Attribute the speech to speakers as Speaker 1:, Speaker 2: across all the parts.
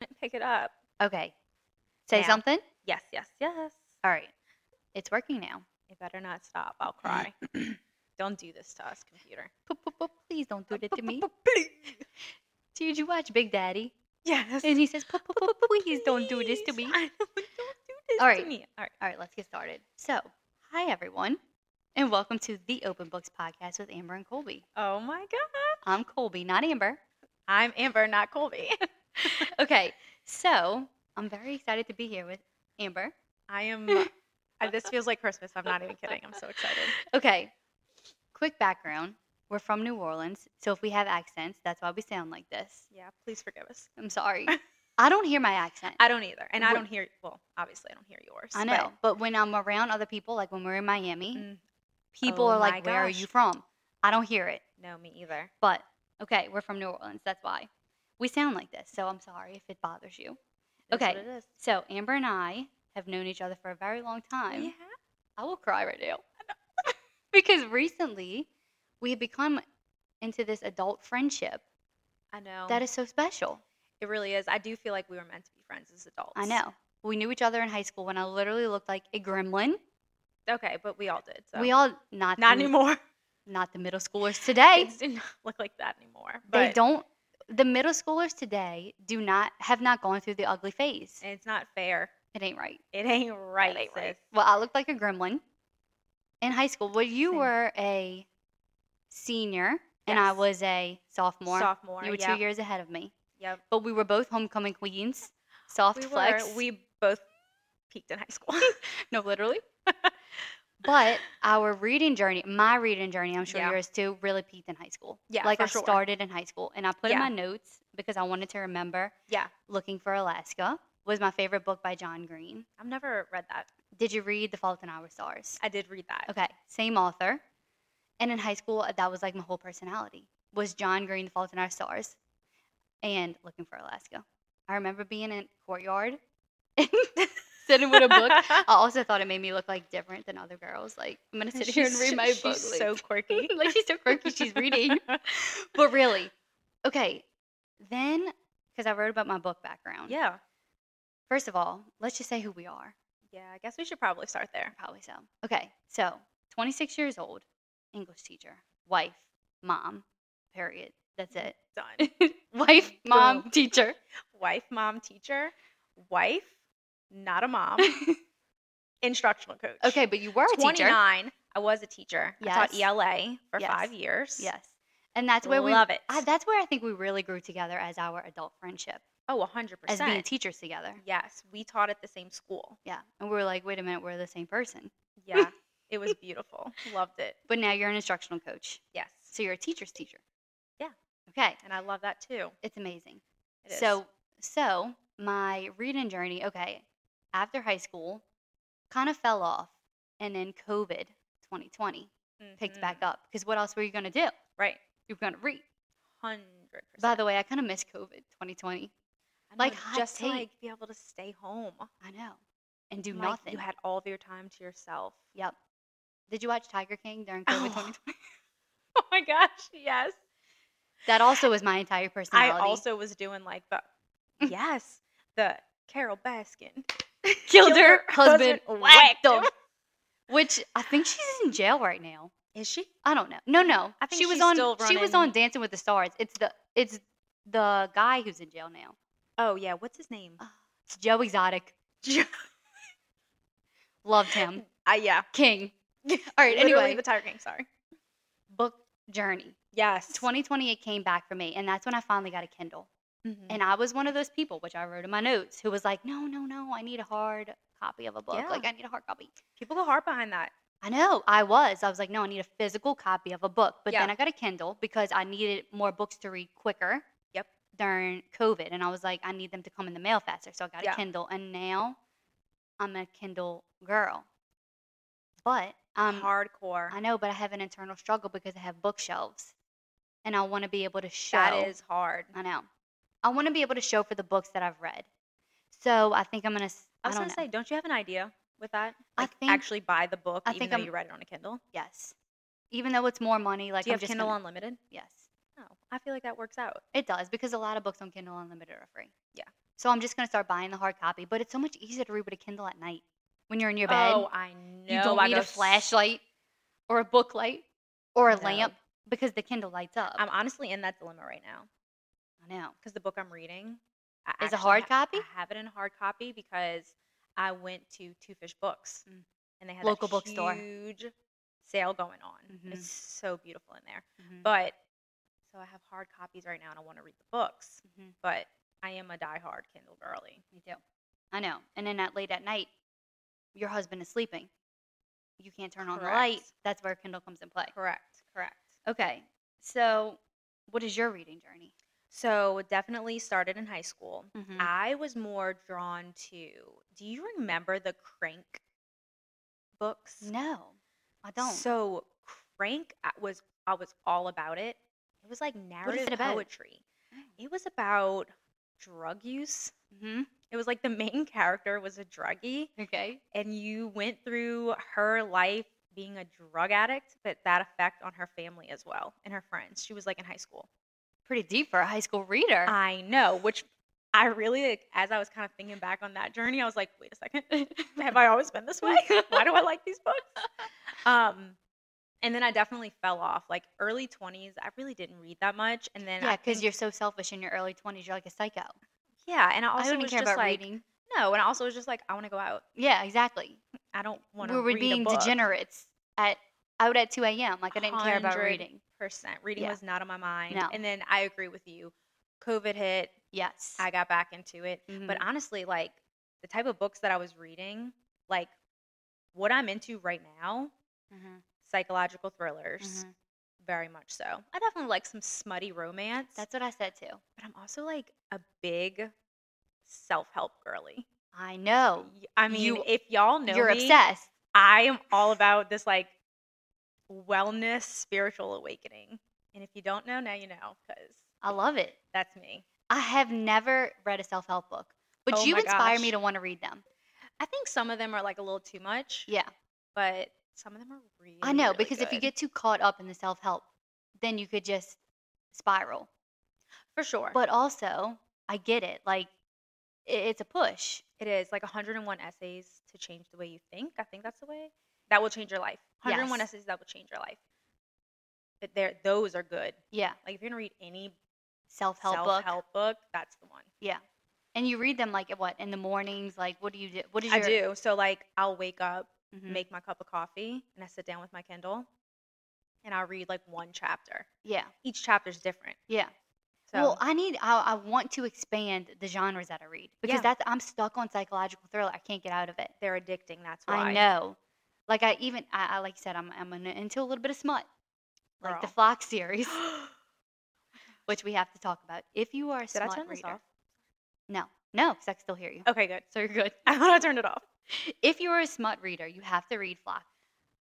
Speaker 1: pick it up.
Speaker 2: Okay. Say
Speaker 1: Now.
Speaker 2: something.
Speaker 1: Yes, yes, yes.
Speaker 2: All right. It's working now.
Speaker 1: You better not stop. I'll cry. Don't do this to us, computer.
Speaker 2: P- p- p- Please don't do that to me.
Speaker 1: Please.
Speaker 2: Did you watch Big Daddy?
Speaker 1: Yes.
Speaker 2: And he says, "P- p- p- please don't do this to me.
Speaker 1: I know, don't do this to
Speaker 2: All right.
Speaker 1: me. All right.
Speaker 2: All right, let's get started. So, hi, everyone, and welcome to the Open Books Podcast with Amber and Colby.
Speaker 1: Oh my God.
Speaker 2: I'm Colby, not Amber.
Speaker 1: I'm Amber, not Colby.
Speaker 2: Okay, so I'm very excited to be here with Amber.
Speaker 1: I am. I, this feels like Christmas. I'm not even kidding. I'm so excited.
Speaker 2: Okay, quick background. We're from New Orleans, so if we have accents, that's why we sound like this.
Speaker 1: Yeah, please forgive us.
Speaker 2: I'm sorry. I don't hear my accent.
Speaker 1: I don't either. And I
Speaker 2: Wh-
Speaker 1: don't hear, well, obviously, I don't hear yours.
Speaker 2: I know, but when I'm around other people, like when we're in
Speaker 1: but-
Speaker 2: Miami,
Speaker 1: Mm,
Speaker 2: people
Speaker 1: Oh
Speaker 2: are
Speaker 1: my
Speaker 2: like, "Where are
Speaker 1: gosh.
Speaker 2: you from?" I don't hear it.
Speaker 1: no, me either.
Speaker 2: But okay, we're from New Orleans. That's why we sound like this. So I'm sorry if it bothers
Speaker 1: It
Speaker 2: you.
Speaker 1: is
Speaker 2: Okay.
Speaker 1: what it is.
Speaker 2: So Amber and I have known each other for a very long time.
Speaker 1: Yeah.
Speaker 2: I will cry right now because recently we have become into this adult friendship
Speaker 1: I know.
Speaker 2: that is so special.
Speaker 1: It really is. I do feel like we were meant to be friends as adults.
Speaker 2: I know. We knew each other in high school when I literally looked like a gremlin.
Speaker 1: Okay, but we all did. So.
Speaker 2: We all not
Speaker 1: not
Speaker 2: the,
Speaker 1: anymore.
Speaker 2: Not the middle schoolers today.
Speaker 1: Kids do not look like that anymore. But
Speaker 2: they don't. The middle schoolers today do not have not gone through the ugly phase.
Speaker 1: It's not fair.
Speaker 2: It ain't right.
Speaker 1: It ain't right.
Speaker 2: ain't right.
Speaker 1: sis.
Speaker 2: Well, I looked like a gremlin in high school. Well, you
Speaker 1: Same.
Speaker 2: were a senior and I
Speaker 1: Yes.
Speaker 2: was a sophomore.
Speaker 1: Sophomore.
Speaker 2: You were
Speaker 1: yep.
Speaker 2: two years ahead of me.
Speaker 1: Yep.
Speaker 2: But we were both homecoming queens. Soft
Speaker 1: We
Speaker 2: flex.
Speaker 1: were. We both peaked in high school.
Speaker 2: no, literally. but our reading journey, my reading journey, I'm sure
Speaker 1: Yeah.
Speaker 2: yours too, really peaked in high school.
Speaker 1: Yeah,
Speaker 2: like
Speaker 1: for
Speaker 2: I
Speaker 1: sure.
Speaker 2: started in high school, and I put in
Speaker 1: Yeah.
Speaker 2: my notes because I wanted to remember.
Speaker 1: Yeah.
Speaker 2: Looking for Alaska was my favorite book by John Green.
Speaker 1: I've never read that.
Speaker 2: Did you read The Fault in Our Stars?
Speaker 1: I did read that.
Speaker 2: Okay, same author. And in high school, uh, that was like my whole personality was John Green, The Fault in Our Stars, and Looking for Alaska. I remember being in courtyard and sitting with a book. I also thought it made me look like different than other girls. Like I'm gonna sit here and read my
Speaker 1: she's
Speaker 2: book.
Speaker 1: so
Speaker 2: like-
Speaker 1: quirky.
Speaker 2: like she's so quirky, she's reading. But really, okay. Then, because I wrote about my book background.
Speaker 1: yeah.
Speaker 2: First of all, let's just say who we are.
Speaker 1: Yeah. I guess we should probably start there.
Speaker 2: Probably so. Okay, so 26 years old, English teacher, wife, mom, period. That's
Speaker 1: Mm-hmm.
Speaker 2: it.
Speaker 1: Done.
Speaker 2: wife, mom,
Speaker 1: Boom.
Speaker 2: teacher.
Speaker 1: Wife, mom, teacher, wife, not a mom, instructional coach.
Speaker 2: okay, but you were a teacher.
Speaker 1: 29. I was a teacher. I taught
Speaker 2: Yes.
Speaker 1: ELA for
Speaker 2: Yes.
Speaker 1: five years.
Speaker 2: Yes. And that's where we
Speaker 1: Love it.
Speaker 2: I, that's where I think we really grew together as our adult friendship,
Speaker 1: Oh, 100%.
Speaker 2: as being teachers together.
Speaker 1: yes, we taught at the same school.
Speaker 2: Yeah. And we were like, wait a minute, we're the same person.
Speaker 1: Yeah, it was beautiful. Loved it.
Speaker 2: But now you're an instructional coach.
Speaker 1: Yes.
Speaker 2: So you're a teacher's teacher.
Speaker 1: Yeah.
Speaker 2: Okay.
Speaker 1: And I love that too.
Speaker 2: It's amazing.
Speaker 1: It is.
Speaker 2: So, so my reading journey, okay, after high school, kind of fell off, and then COVID 2020 picked
Speaker 1: Mhm.
Speaker 2: back up because what else were you gonna do?
Speaker 1: Right.
Speaker 2: You were gonna read.
Speaker 1: 100%.
Speaker 2: By the way, I kind of miss COVID 2020.
Speaker 1: I know,
Speaker 2: like, hot
Speaker 1: just to,
Speaker 2: take.
Speaker 1: like be able to stay home.
Speaker 2: I know, and do
Speaker 1: Like,
Speaker 2: nothing.
Speaker 1: You had all of your time to yourself.
Speaker 2: yep. Did you watch Tiger King during COVID 2020?
Speaker 1: Oh my gosh, yes.
Speaker 2: That also was my entire
Speaker 1: I
Speaker 2: personality.
Speaker 1: also was doing like the, yes, the Carol Baskin.
Speaker 2: killed her husband, whacked
Speaker 1: him.
Speaker 2: him. Which I think she's in jail right now.
Speaker 1: Is she?
Speaker 2: I don't know. No, no.
Speaker 1: I think
Speaker 2: she was
Speaker 1: she's
Speaker 2: on.
Speaker 1: still
Speaker 2: she was
Speaker 1: running-
Speaker 2: on Dancing with the Stars. It's the it's the guy who's in jail now.
Speaker 1: Oh, yeah. What's his name?
Speaker 2: Uh, It's Joe Exotic. Loved him.
Speaker 1: Uh, yeah.
Speaker 2: King. All right. anyway,
Speaker 1: the Tiger King. Sorry.
Speaker 2: book journey.
Speaker 1: Yes.
Speaker 2: 2020 it came back for me, and that's when I finally got a Kindle.
Speaker 1: Mhm.
Speaker 2: And I was one of those people, which I wrote in my notes, who was like, "No, no, no. I need a hard copy of a book.
Speaker 1: Yeah.
Speaker 2: Like I need a hard copy."
Speaker 1: people go hard behind that.
Speaker 2: I know. I was. I was like, "No, I need a physical copy of a book." But then
Speaker 1: Yeah.
Speaker 2: I got a Kindle because I needed more books to read quicker.
Speaker 1: Yep.
Speaker 2: during COVID, and I was like, I need them to come in the mail faster, so I got
Speaker 1: Yeah.
Speaker 2: a Kindle, and now I'm a Kindle girl. But um,
Speaker 1: Hardcore.
Speaker 2: I know, but I have an internal struggle because I have bookshelves, and I want to be able to show.
Speaker 1: That is hard.
Speaker 2: I know. I want to be able to show for the books that I've read. So I think I'm gonna. s-
Speaker 1: I
Speaker 2: I,
Speaker 1: was
Speaker 2: don't
Speaker 1: gonna
Speaker 2: know.
Speaker 1: say, don't you have an idea with that?
Speaker 2: I
Speaker 1: Like,
Speaker 2: think-
Speaker 1: actually buy the book,
Speaker 2: I
Speaker 1: even
Speaker 2: think
Speaker 1: though
Speaker 2: I'm-
Speaker 1: you read it on a Kindle.
Speaker 2: yes, even though it's more money, like
Speaker 1: Do you
Speaker 2: I'm
Speaker 1: have
Speaker 2: just
Speaker 1: Kindle
Speaker 2: gonna-
Speaker 1: Unlimited?
Speaker 2: Yes,
Speaker 1: No, I feel like that works out.
Speaker 2: it does because a lot of books on Kindle Unlimited are free.
Speaker 1: Yeah.
Speaker 2: So I'm just gonna start buying the hard copy. But it's so much easier to read with a Kindle at night when you're in your bed.
Speaker 1: Oh, I know.
Speaker 2: you don't
Speaker 1: I
Speaker 2: need
Speaker 1: go
Speaker 2: a
Speaker 1: s-
Speaker 2: flashlight or a book light or a
Speaker 1: No.
Speaker 2: lamp because the Kindle lights up.
Speaker 1: I'm honestly in that dilemma right now
Speaker 2: I know.
Speaker 1: because the book I'm reading I
Speaker 2: Is a
Speaker 1: actually
Speaker 2: hard
Speaker 1: ha-
Speaker 2: copy?
Speaker 1: I have it in hard copy because I went to Two Fish Books
Speaker 2: Mm.
Speaker 1: and they had
Speaker 2: Local
Speaker 1: that
Speaker 2: bookstore.
Speaker 1: huge sale going on.
Speaker 2: Mhm.
Speaker 1: It's so beautiful in there.
Speaker 2: Mhm,
Speaker 1: But so I have hard copies right now and I want to read the books,
Speaker 2: mhm,
Speaker 1: but I am a diehard Kindle girly.
Speaker 2: Me too. I know. And then at late at night, your husband is sleeping. You can't turn on the light.
Speaker 1: Correct.
Speaker 2: That's where Kindle comes in play.
Speaker 1: Correct, correct.
Speaker 2: Okay. So, what is your reading journey?
Speaker 1: So definitely started in high school.
Speaker 2: Mhm.
Speaker 1: I was more drawn to. Do you remember the Crank books?
Speaker 2: No, I don't.
Speaker 1: So Crank I was I was all about it. It was like narrative
Speaker 2: it about? Oh.
Speaker 1: poetry. It was about drug use.
Speaker 2: hmm
Speaker 1: It was like the main character was a druggie
Speaker 2: Okay.
Speaker 1: and you went through her life being a drug addict, but that effect on her family as well and her friends. She was like in high school.
Speaker 2: Pretty deep for a high school reader.
Speaker 1: I know, which I really like, as I was kind of thinking back on that journey, I was like, wait a second, have I always been this way? Why do I like these books? Um, and then I definitely fell off. Like early twenties, I really didn't read that much. And then
Speaker 2: yeah,
Speaker 1: I
Speaker 2: because
Speaker 1: think-
Speaker 2: you're so selfish in your early 20s. You're like a psycho.
Speaker 1: yeah, and I also
Speaker 2: I wouldn't
Speaker 1: was
Speaker 2: care
Speaker 1: just
Speaker 2: about
Speaker 1: like
Speaker 2: reading.
Speaker 1: no, and I also was just like I want to go out.
Speaker 2: Yeah, exactly.
Speaker 1: I don't want
Speaker 2: We
Speaker 1: to
Speaker 2: were
Speaker 1: read
Speaker 2: being
Speaker 1: a book.
Speaker 2: degenerates at out at 2 a.m. Like I didn't care about
Speaker 1: 100.
Speaker 2: reading.
Speaker 1: Percent reading
Speaker 2: Yeah.
Speaker 1: was not on my mind.
Speaker 2: No.
Speaker 1: And then I agree with you. COVID hit.
Speaker 2: Yes.
Speaker 1: I got back into it.
Speaker 2: Mhm.
Speaker 1: But honestly, like the type of books that I was reading, like what I'm into right now,
Speaker 2: Mhm,
Speaker 1: psychological thrillers,
Speaker 2: mhm.
Speaker 1: very much so. I definitely like some smutty romance,
Speaker 2: that's what I said too.
Speaker 1: but I'm also like a big self-help girly.
Speaker 2: I know.
Speaker 1: Y- I mean,
Speaker 2: Oh, You-
Speaker 1: if y'all know
Speaker 2: you're
Speaker 1: me,
Speaker 2: obsessed.
Speaker 1: I am all about this like wellness, spiritual awakening. And if you don't know, now you know because
Speaker 2: I love it.
Speaker 1: that's me.
Speaker 2: I have never read a self help book, but
Speaker 1: Oh
Speaker 2: you
Speaker 1: my
Speaker 2: inspire me
Speaker 1: gosh.
Speaker 2: to want to read them.
Speaker 1: I think some of them are like a little too much,
Speaker 2: Yeah.
Speaker 1: but some of them are really
Speaker 2: I know
Speaker 1: really
Speaker 2: because if you
Speaker 1: good.
Speaker 2: get too caught up in the self help, then you could just spiral.
Speaker 1: for sure,
Speaker 2: But also, I get it. Like, i- it's a push.
Speaker 1: It is like 101 essays to change the way you think. I think that's the way that will change your life. 101
Speaker 2: Yes.
Speaker 1: essays that will change your life. But there, those are good.
Speaker 2: Yeah,
Speaker 1: Like if you're gonna read any
Speaker 2: self help book.
Speaker 1: self-help book, that's the one.
Speaker 2: And you read them like at what in the mornings? Like, what do you do? What is
Speaker 1: I
Speaker 2: your?
Speaker 1: do. So like I'll wake up,
Speaker 2: Mhm.
Speaker 1: make my cup of coffee, and I sit down with my Kindle, and I'll read like one chapter.
Speaker 2: Yeah,
Speaker 1: Each chapter's different.
Speaker 2: yeah.
Speaker 1: So
Speaker 2: Well, I need. I, I want to expand the genres that I read because
Speaker 1: Yeah.
Speaker 2: that's. I'm stuck on psychological thriller. I can't get out of it.
Speaker 1: they're addicting. That's why.
Speaker 2: I know. Like I even. I, I like I said. I'm. I'm an- into a little bit of smut, like the
Speaker 1: Girl.
Speaker 2: Flock series, which we have to talk about. If you are a
Speaker 1: Did I
Speaker 2: smut
Speaker 1: turn this
Speaker 2: reader,
Speaker 1: off? Oh.
Speaker 2: no, no, because I can still hear you.
Speaker 1: Okay, good.
Speaker 2: So you're good.
Speaker 1: I thought I turned it off.
Speaker 2: if you are a smut reader, you have to read Flock.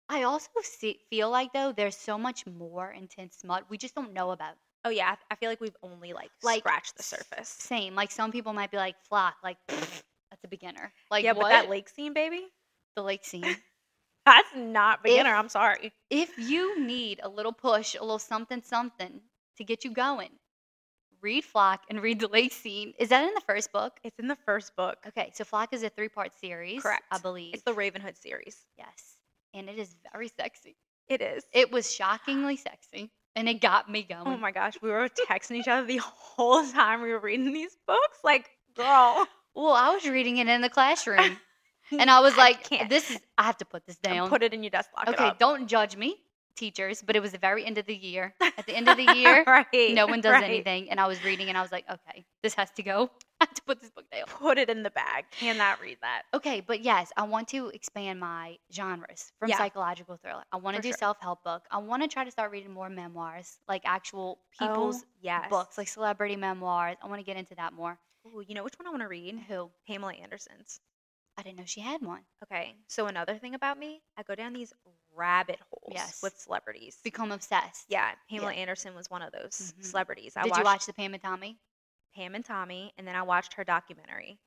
Speaker 2: I also see, feel like though there's so much more intense smut we just don't know about.
Speaker 1: Oh yeah, I- I feel like we've only like,
Speaker 2: Like,
Speaker 1: scratched the
Speaker 2: s-
Speaker 1: surface.
Speaker 2: Same, like some people might be like Flock, like that's a beginner. Like
Speaker 1: yeah,
Speaker 2: what?
Speaker 1: but that lake scene, baby,
Speaker 2: the lake scene.
Speaker 1: that's not beginner. I'm sorry.
Speaker 2: if you need a little push, a little something, something to get you going, read Flock and read the lake scene. Is that in the first book?
Speaker 1: It's in the first book.
Speaker 2: Okay, so Flock is a three-part series, I
Speaker 1: Correct.
Speaker 2: believe.
Speaker 1: It's the Ravenhood series.
Speaker 2: yes, and it is very sexy.
Speaker 1: It is.
Speaker 2: It was shockingly sexy, and it got me going.
Speaker 1: oh my gosh, we were texting each other the whole time we were reading these books. Like, girl,
Speaker 2: Well, I was reading it in the classroom, and I was like,
Speaker 1: can't.
Speaker 2: "This is I have to put this down."
Speaker 1: put it in your desk lock.
Speaker 2: okay,
Speaker 1: it up.
Speaker 2: don't judge me, teachers. But it was the very end of the year. At the end of the year,
Speaker 1: right,
Speaker 2: no one does
Speaker 1: right.
Speaker 2: anything, and I was reading, and I was like, "Okay, this has to go. I have to put this book down."
Speaker 1: Put it in the bag. Cannot read that.
Speaker 2: Okay, but yes, I want to expand my genres from
Speaker 1: Yeah.
Speaker 2: psychological thriller. I want to
Speaker 1: For
Speaker 2: do
Speaker 1: sure.
Speaker 2: self help book. I want to try to start reading more memoirs, like actual people's
Speaker 1: People's Oh, yes.
Speaker 2: books, like celebrity memoirs. I want to get into that more.
Speaker 1: Ooh, you know which one I want to read?
Speaker 2: Who?
Speaker 1: Pamela Anderson's.
Speaker 2: I didn't know she had one.
Speaker 1: Okay. So another thing about me, I go down these rabbit holes
Speaker 2: Yes.
Speaker 1: with celebrities.
Speaker 2: Become obsessed.
Speaker 1: yeah, Pamela
Speaker 2: Yeah.
Speaker 1: Anderson was one of those
Speaker 2: Mhm.
Speaker 1: celebrities. I
Speaker 2: Did
Speaker 1: watched
Speaker 2: you watch the Pam and Tommy?
Speaker 1: Pam and Tommy, and then I watched her documentary,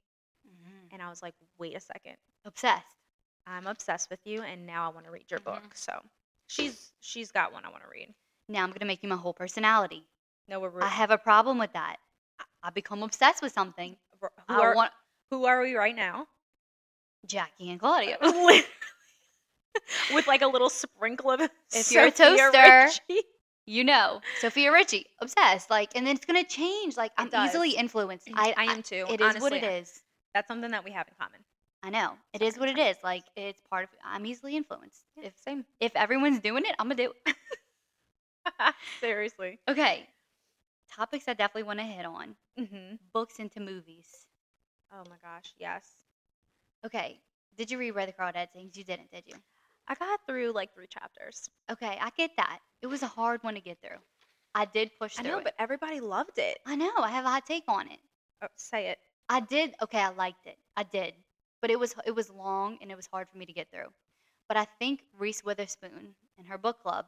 Speaker 1: and I was like, wait a second,
Speaker 2: Obsessed.
Speaker 1: I'm obsessed with you, and now I want to read your
Speaker 2: Mhm.
Speaker 1: book. So she's she's got one I want to read.
Speaker 2: Now I'm gonna make you my whole personality.
Speaker 1: No, we're
Speaker 2: I have a problem with that. I- I become obsessed with something.
Speaker 1: r- who
Speaker 2: I
Speaker 1: are
Speaker 2: want
Speaker 1: who are we right now?
Speaker 2: Jackie and Claudia.
Speaker 1: Literally. With like a little sprinkle of
Speaker 2: If you're a
Speaker 1: Sophia
Speaker 2: toaster,
Speaker 1: Richie.
Speaker 2: You know, Sophia Richie, obsessed. Like, and then it's gonna change. Like, I'm
Speaker 1: does. Mm,
Speaker 2: easily influenced.
Speaker 1: I, am too.
Speaker 2: It is
Speaker 1: honestly,
Speaker 2: what it is.
Speaker 1: That's something that we have in common.
Speaker 2: I know. It is what it is. Like, it's part of. I'm easily influenced. If
Speaker 1: same.
Speaker 2: if everyone's doing it, I'm gonna do. it.
Speaker 1: Seriously.
Speaker 2: okay. Topics I definitely want to hit on:
Speaker 1: hmm
Speaker 2: books into movies.
Speaker 1: Oh my gosh, yes.
Speaker 2: Okay. Did you read Where the Crawdads Sings? You didn't, did you?
Speaker 1: I got through like three chapters.
Speaker 2: Okay, I get that. It was a hard one to get through. I did push
Speaker 1: I
Speaker 2: through.
Speaker 1: know,
Speaker 2: it.
Speaker 1: but everybody loved it.
Speaker 2: I know. I have a hot take on it.
Speaker 1: Oh, say it.
Speaker 2: I did. Okay, I liked it. I did, but it was it was long and it was hard for me to get through. But I think Reese Witherspoon and her book club,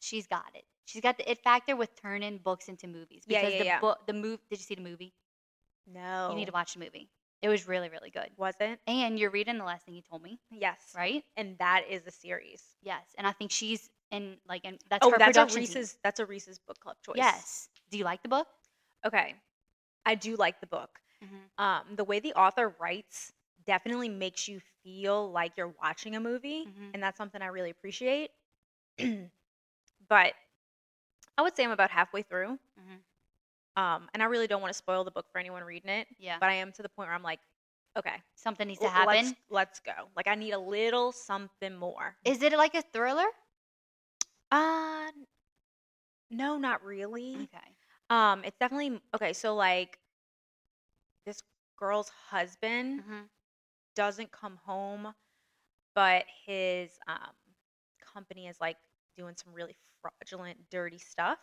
Speaker 2: she's got it. She's got the it factor with turning books into movies
Speaker 1: Yeah,
Speaker 2: because
Speaker 1: yeah,
Speaker 2: the
Speaker 1: yeah.
Speaker 2: book the movie. Did you see the movie?
Speaker 1: No.
Speaker 2: You need to watch the movie. It was really really good.
Speaker 1: Wasn't?
Speaker 2: And you're reading the last thing you told me,
Speaker 1: Yes.
Speaker 2: right?
Speaker 1: And that is a series.
Speaker 2: Yes. And I think she's in like and that's
Speaker 1: oh,
Speaker 2: her
Speaker 1: that's a
Speaker 2: production. team.
Speaker 1: Reese's that's a Reese's book club choice.
Speaker 2: Yes. Do you like the book?
Speaker 1: Okay. I do like the book.
Speaker 2: Mhm.
Speaker 1: Um, the way the author writes definitely makes you feel like you're watching a movie,
Speaker 2: Mhm.
Speaker 1: and that's something I really appreciate. but I would say I'm about halfway through.
Speaker 2: Mhm.
Speaker 1: Um, and I really don't want to spoil the book for anyone reading it,
Speaker 2: Yeah.
Speaker 1: but I am to the point where I'm like, okay,
Speaker 2: Something needs to
Speaker 1: l- let's,
Speaker 2: happen.
Speaker 1: let's go. Like I need a little something more.
Speaker 2: Is it like a thriller?
Speaker 1: Uh, n- no, not really.
Speaker 2: Okay.
Speaker 1: Um, it's definitely okay. So like, this girl's husband
Speaker 2: hmm
Speaker 1: doesn't come home, but his um company is like doing some really fraudulent, dirty stuff,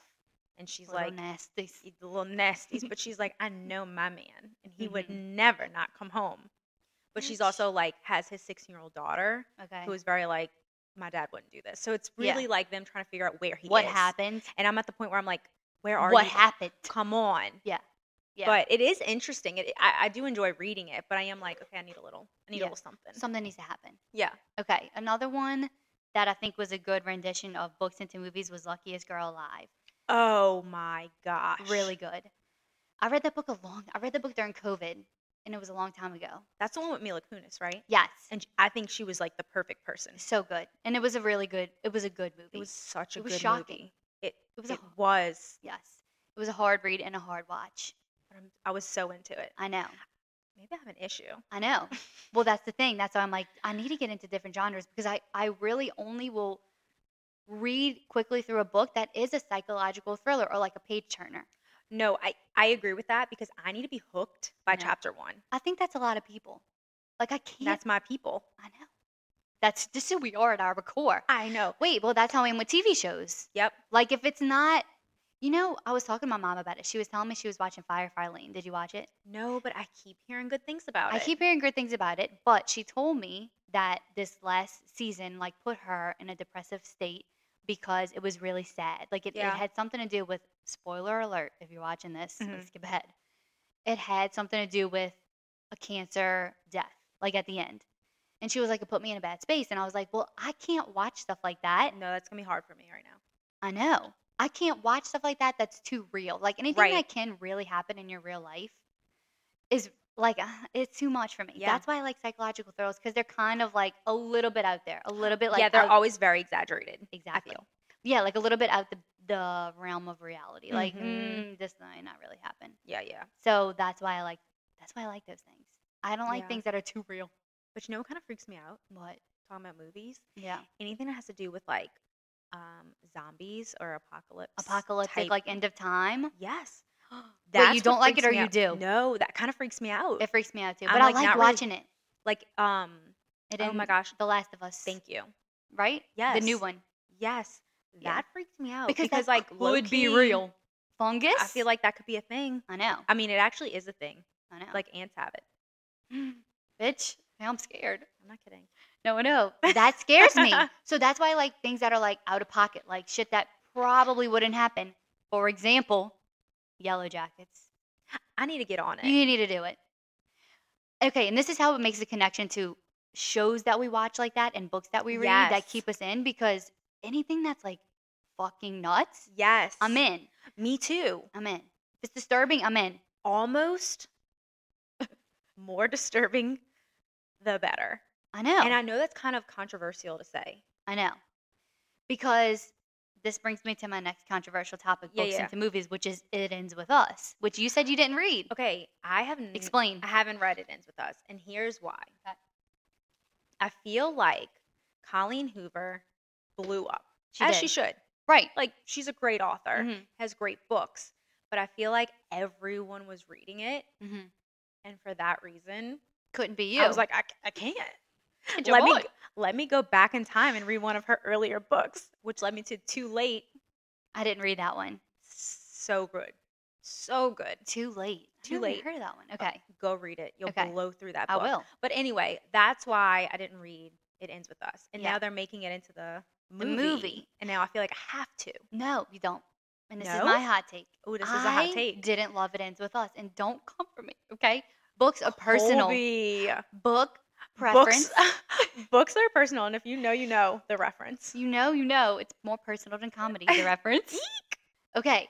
Speaker 1: and she's like
Speaker 2: nasty.
Speaker 1: "He's a little nasties, but she's like, I know my man, and he would
Speaker 2: Mm-hmm.
Speaker 1: never not come home. But she's
Speaker 2: Ouch.
Speaker 1: also like has his sixteen year old daughter
Speaker 2: Okay.
Speaker 1: who is very like, my dad wouldn't do this. So it's
Speaker 2: Yeah.
Speaker 1: really like them trying to figure out where he
Speaker 2: what
Speaker 1: is.
Speaker 2: happened?
Speaker 1: And I'm at the point where I'm like, where are
Speaker 2: What
Speaker 1: you?
Speaker 2: happened?
Speaker 1: Come on.
Speaker 2: Yeah.
Speaker 1: But it is interesting. It, I, I do enjoy reading it, but I am like, okay, I need a little, I need
Speaker 2: Yeah.
Speaker 1: a little something.
Speaker 2: something needs to happen.
Speaker 1: yeah.
Speaker 2: Okay. Another one that I think was a good rendition of books into movies was Luckiest Girl Alive.
Speaker 1: Oh my gosh.
Speaker 2: Really good. I read that book a long. I read the book during COVID, and it was a long time ago.
Speaker 1: That's the one with Mila Kunis, right?
Speaker 2: Yes.
Speaker 1: And sh- I think she was like the perfect person.
Speaker 2: So good, and it was a really good. It was a good movie.
Speaker 1: It was such a
Speaker 2: It was
Speaker 1: good
Speaker 2: shocking.
Speaker 1: movie. It,
Speaker 2: It
Speaker 1: was.
Speaker 2: was a
Speaker 1: It
Speaker 2: h-
Speaker 1: was.
Speaker 2: yes. It was a hard read and a hard watch.
Speaker 1: But I'm, I was so into it.
Speaker 2: I know.
Speaker 1: Maybe I have an issue.
Speaker 2: I know. Well, that's the thing. That's why I'm like, I need to get into different genres because I, I really only will read quickly through a book that is a psychological thriller or like a page turner.
Speaker 1: No, I, I agree with that because I need to be hooked by
Speaker 2: No.
Speaker 1: chapter one.
Speaker 2: I think that's a lot of people. Like, I can't.
Speaker 1: That's my people.
Speaker 2: I know. That's just who we are at our core.
Speaker 1: I know.
Speaker 2: Wait, well, that's how I am with TV shows.
Speaker 1: Yep.
Speaker 2: Like, if it's not, you know, I was talking to my mom about it. She was telling me she was watching Firefly Lane. Did you watch it?
Speaker 1: No, but I keep hearing good things about
Speaker 2: I
Speaker 1: it.
Speaker 2: keep hearing good things about it, but she told me that this last season like put her in a depressive state because it was really sad. Like it,
Speaker 1: Yeah.
Speaker 2: it had something to do with spoiler alert if you're watching this, like,
Speaker 1: Mhm.
Speaker 2: skip ahead. It had something to do with a cancer death, like at the end. And she was like, it put me in a bad space. And I was like, well, I can't watch stuff like that.
Speaker 1: No, that's gonna be hard for me right now.
Speaker 2: I know. I can't watch stuff like that that's too real. Like anything
Speaker 1: Right.
Speaker 2: that can really happen in your real life is like uh, it's too much for me.
Speaker 1: Yeah.
Speaker 2: That's why I like psychological thrillers because they're kind of like a little bit out there, a little bit like
Speaker 1: yeah, they're
Speaker 2: out-
Speaker 1: always very exaggerated.
Speaker 2: exactly.
Speaker 1: feel.
Speaker 2: Yeah, like a little bit out the the realm of reality. Like
Speaker 1: Mhm.
Speaker 2: mm, this might not really happen.
Speaker 1: Yeah, yeah.
Speaker 2: So that's why I like that's why I like those things. I don't like
Speaker 1: Yeah.
Speaker 2: things that are too real.
Speaker 1: But you know what kind of freaks me out?
Speaker 2: What?
Speaker 1: Talking about movies,
Speaker 2: Yeah.
Speaker 1: anything that has to do with like um, zombies or apocalypse.
Speaker 2: Apocalyptic,
Speaker 1: type-
Speaker 2: like end of time.
Speaker 1: yes.
Speaker 2: you
Speaker 1: what
Speaker 2: don't like it
Speaker 1: freaks
Speaker 2: or
Speaker 1: me
Speaker 2: you
Speaker 1: out.
Speaker 2: do?
Speaker 1: No, that kind of freaks me out.
Speaker 2: It freaks me out too.
Speaker 1: I'm,
Speaker 2: But I
Speaker 1: like,
Speaker 2: like
Speaker 1: not really-
Speaker 2: watching it.
Speaker 1: like, um,
Speaker 2: It
Speaker 1: oh my
Speaker 2: in
Speaker 1: gosh,
Speaker 2: The Last of Us.
Speaker 1: thank you.
Speaker 2: right? The new
Speaker 1: Yes.
Speaker 2: one.
Speaker 1: Yes,
Speaker 2: Yeah.
Speaker 1: that freaked me out
Speaker 2: Because that
Speaker 1: like
Speaker 2: would be
Speaker 1: low-key,
Speaker 2: real. Fungus?
Speaker 1: I feel like that could be a thing.
Speaker 2: I know.
Speaker 1: I mean, it actually is a thing.
Speaker 2: I know.
Speaker 1: Like ants have it.
Speaker 2: bitch, now I'm scared.
Speaker 1: I'm not kidding.
Speaker 2: No, no. That scares me. So that's why I like things that are like out of pocket, like shit that probably wouldn't happen. For example, yellow jackets.
Speaker 1: I need to get on it.
Speaker 2: You need to do it. Okay, and this is how it makes a connection to shows that we watch like that and books that we read that
Speaker 1: Yes.
Speaker 2: keep us in because anything that's like fucking nuts,
Speaker 1: Yes,
Speaker 2: I'm in.
Speaker 1: Me too.
Speaker 2: I'm in. If it's disturbing, I'm in.
Speaker 1: Almost more disturbing, the better.
Speaker 2: I know.
Speaker 1: And I know that's kind of controversial to say.
Speaker 2: I know. Because this brings me to my next controversial topic,
Speaker 1: Yeah,
Speaker 2: books
Speaker 1: yeah.
Speaker 2: into movies, which is It Ends With Us, which you said you didn't read.
Speaker 1: Okay, I have n-
Speaker 2: Explain.
Speaker 1: I haven't read It Ends With Us, and here's why.
Speaker 2: Okay.
Speaker 1: I feel like Colleen Hoover blew up, as she
Speaker 2: did.
Speaker 1: should.
Speaker 2: Right.
Speaker 1: Like, she's a great author,
Speaker 2: Mhm,
Speaker 1: has great books, but I feel like everyone was reading it,
Speaker 2: mhm.
Speaker 1: and for that reason,
Speaker 2: Couldn't be you.
Speaker 1: I was like, I, c- I can't.
Speaker 2: Get your
Speaker 1: Let me,
Speaker 2: boy.
Speaker 1: g- let me go back in time and read one of her earlier books, which led me to Too Late.
Speaker 2: I didn't read that one.
Speaker 1: So good. So good.
Speaker 2: Too late. I
Speaker 1: Too
Speaker 2: haven't
Speaker 1: late.
Speaker 2: Heard of that one? Okay,
Speaker 1: Go read it. You'll
Speaker 2: Okay.
Speaker 1: blow through that
Speaker 2: I
Speaker 1: book.
Speaker 2: will.
Speaker 1: But anyway, that's why I didn't read It Ends With Us. And
Speaker 2: Yeah.
Speaker 1: now they're making it into the movie.
Speaker 2: movie.
Speaker 1: And now I feel like I have to.
Speaker 2: No, you don't. And this is
Speaker 1: No?
Speaker 2: my hot take.
Speaker 1: Oh, this is a hot
Speaker 2: I
Speaker 1: take.
Speaker 2: Didn't love It Ends With Us, and don't come for me. Okay, books are personal.
Speaker 1: Colby.
Speaker 2: Book preference.
Speaker 1: Books, books are personal. And if you know, you know the reference.
Speaker 2: You know, you know, it's more personal than comedy. The reference. Okay.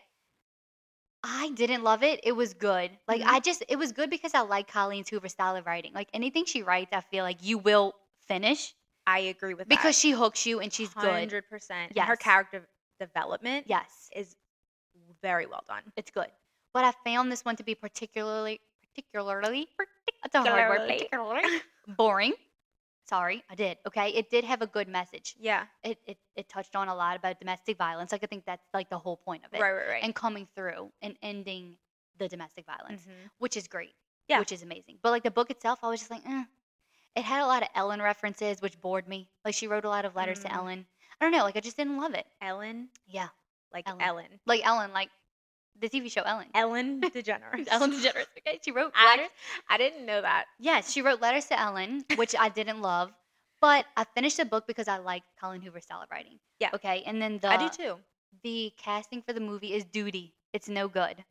Speaker 2: I didn't love it. It was good. Like
Speaker 1: Mhm.
Speaker 2: I just, it was good because I like Colleen Hoover's style of writing. Like anything she writes, I feel like you will finish
Speaker 1: I agree with that.
Speaker 2: because she hooks you and she's good.
Speaker 1: 100%. And her
Speaker 2: Yes.
Speaker 1: character development
Speaker 2: Yes.
Speaker 1: is very well done.
Speaker 2: it's good. But I found this one to be particularly, particularly, that's a hard word,
Speaker 1: Particularly.
Speaker 2: particularly boring. Sorry, I did. Okay, it did have a good message.
Speaker 1: Yeah.
Speaker 2: It, it it touched on a lot about domestic violence. Like I think that's like the whole point of it,
Speaker 1: Right, right, right.
Speaker 2: and coming through and ending the domestic violence,
Speaker 1: Mhm.
Speaker 2: which is great.
Speaker 1: Yeah.
Speaker 2: which is amazing. But like the book itself, I was just like, eh. it had a lot of Ellen references, which bored me. Like she wrote a lot of letters
Speaker 1: Mm.
Speaker 2: to Ellen. I don't know. Like I just didn't love it.
Speaker 1: Ellen,
Speaker 2: Yeah,
Speaker 1: like
Speaker 2: Ellen.
Speaker 1: Ellen.
Speaker 2: like Ellen, like the TV show Ellen.
Speaker 1: Ellen DeGeneres.
Speaker 2: Ellen DeGeneres. Okay, she wrote
Speaker 1: I-
Speaker 2: letters.
Speaker 1: I didn't know that.
Speaker 2: Yes, she wrote letters to Ellen, which I didn't love, but I finished the book because I like Colin Hoover's style of writing.
Speaker 1: Yeah.
Speaker 2: Okay, and then the
Speaker 1: I do too.
Speaker 2: the casting for the movie is Duty. It's no good.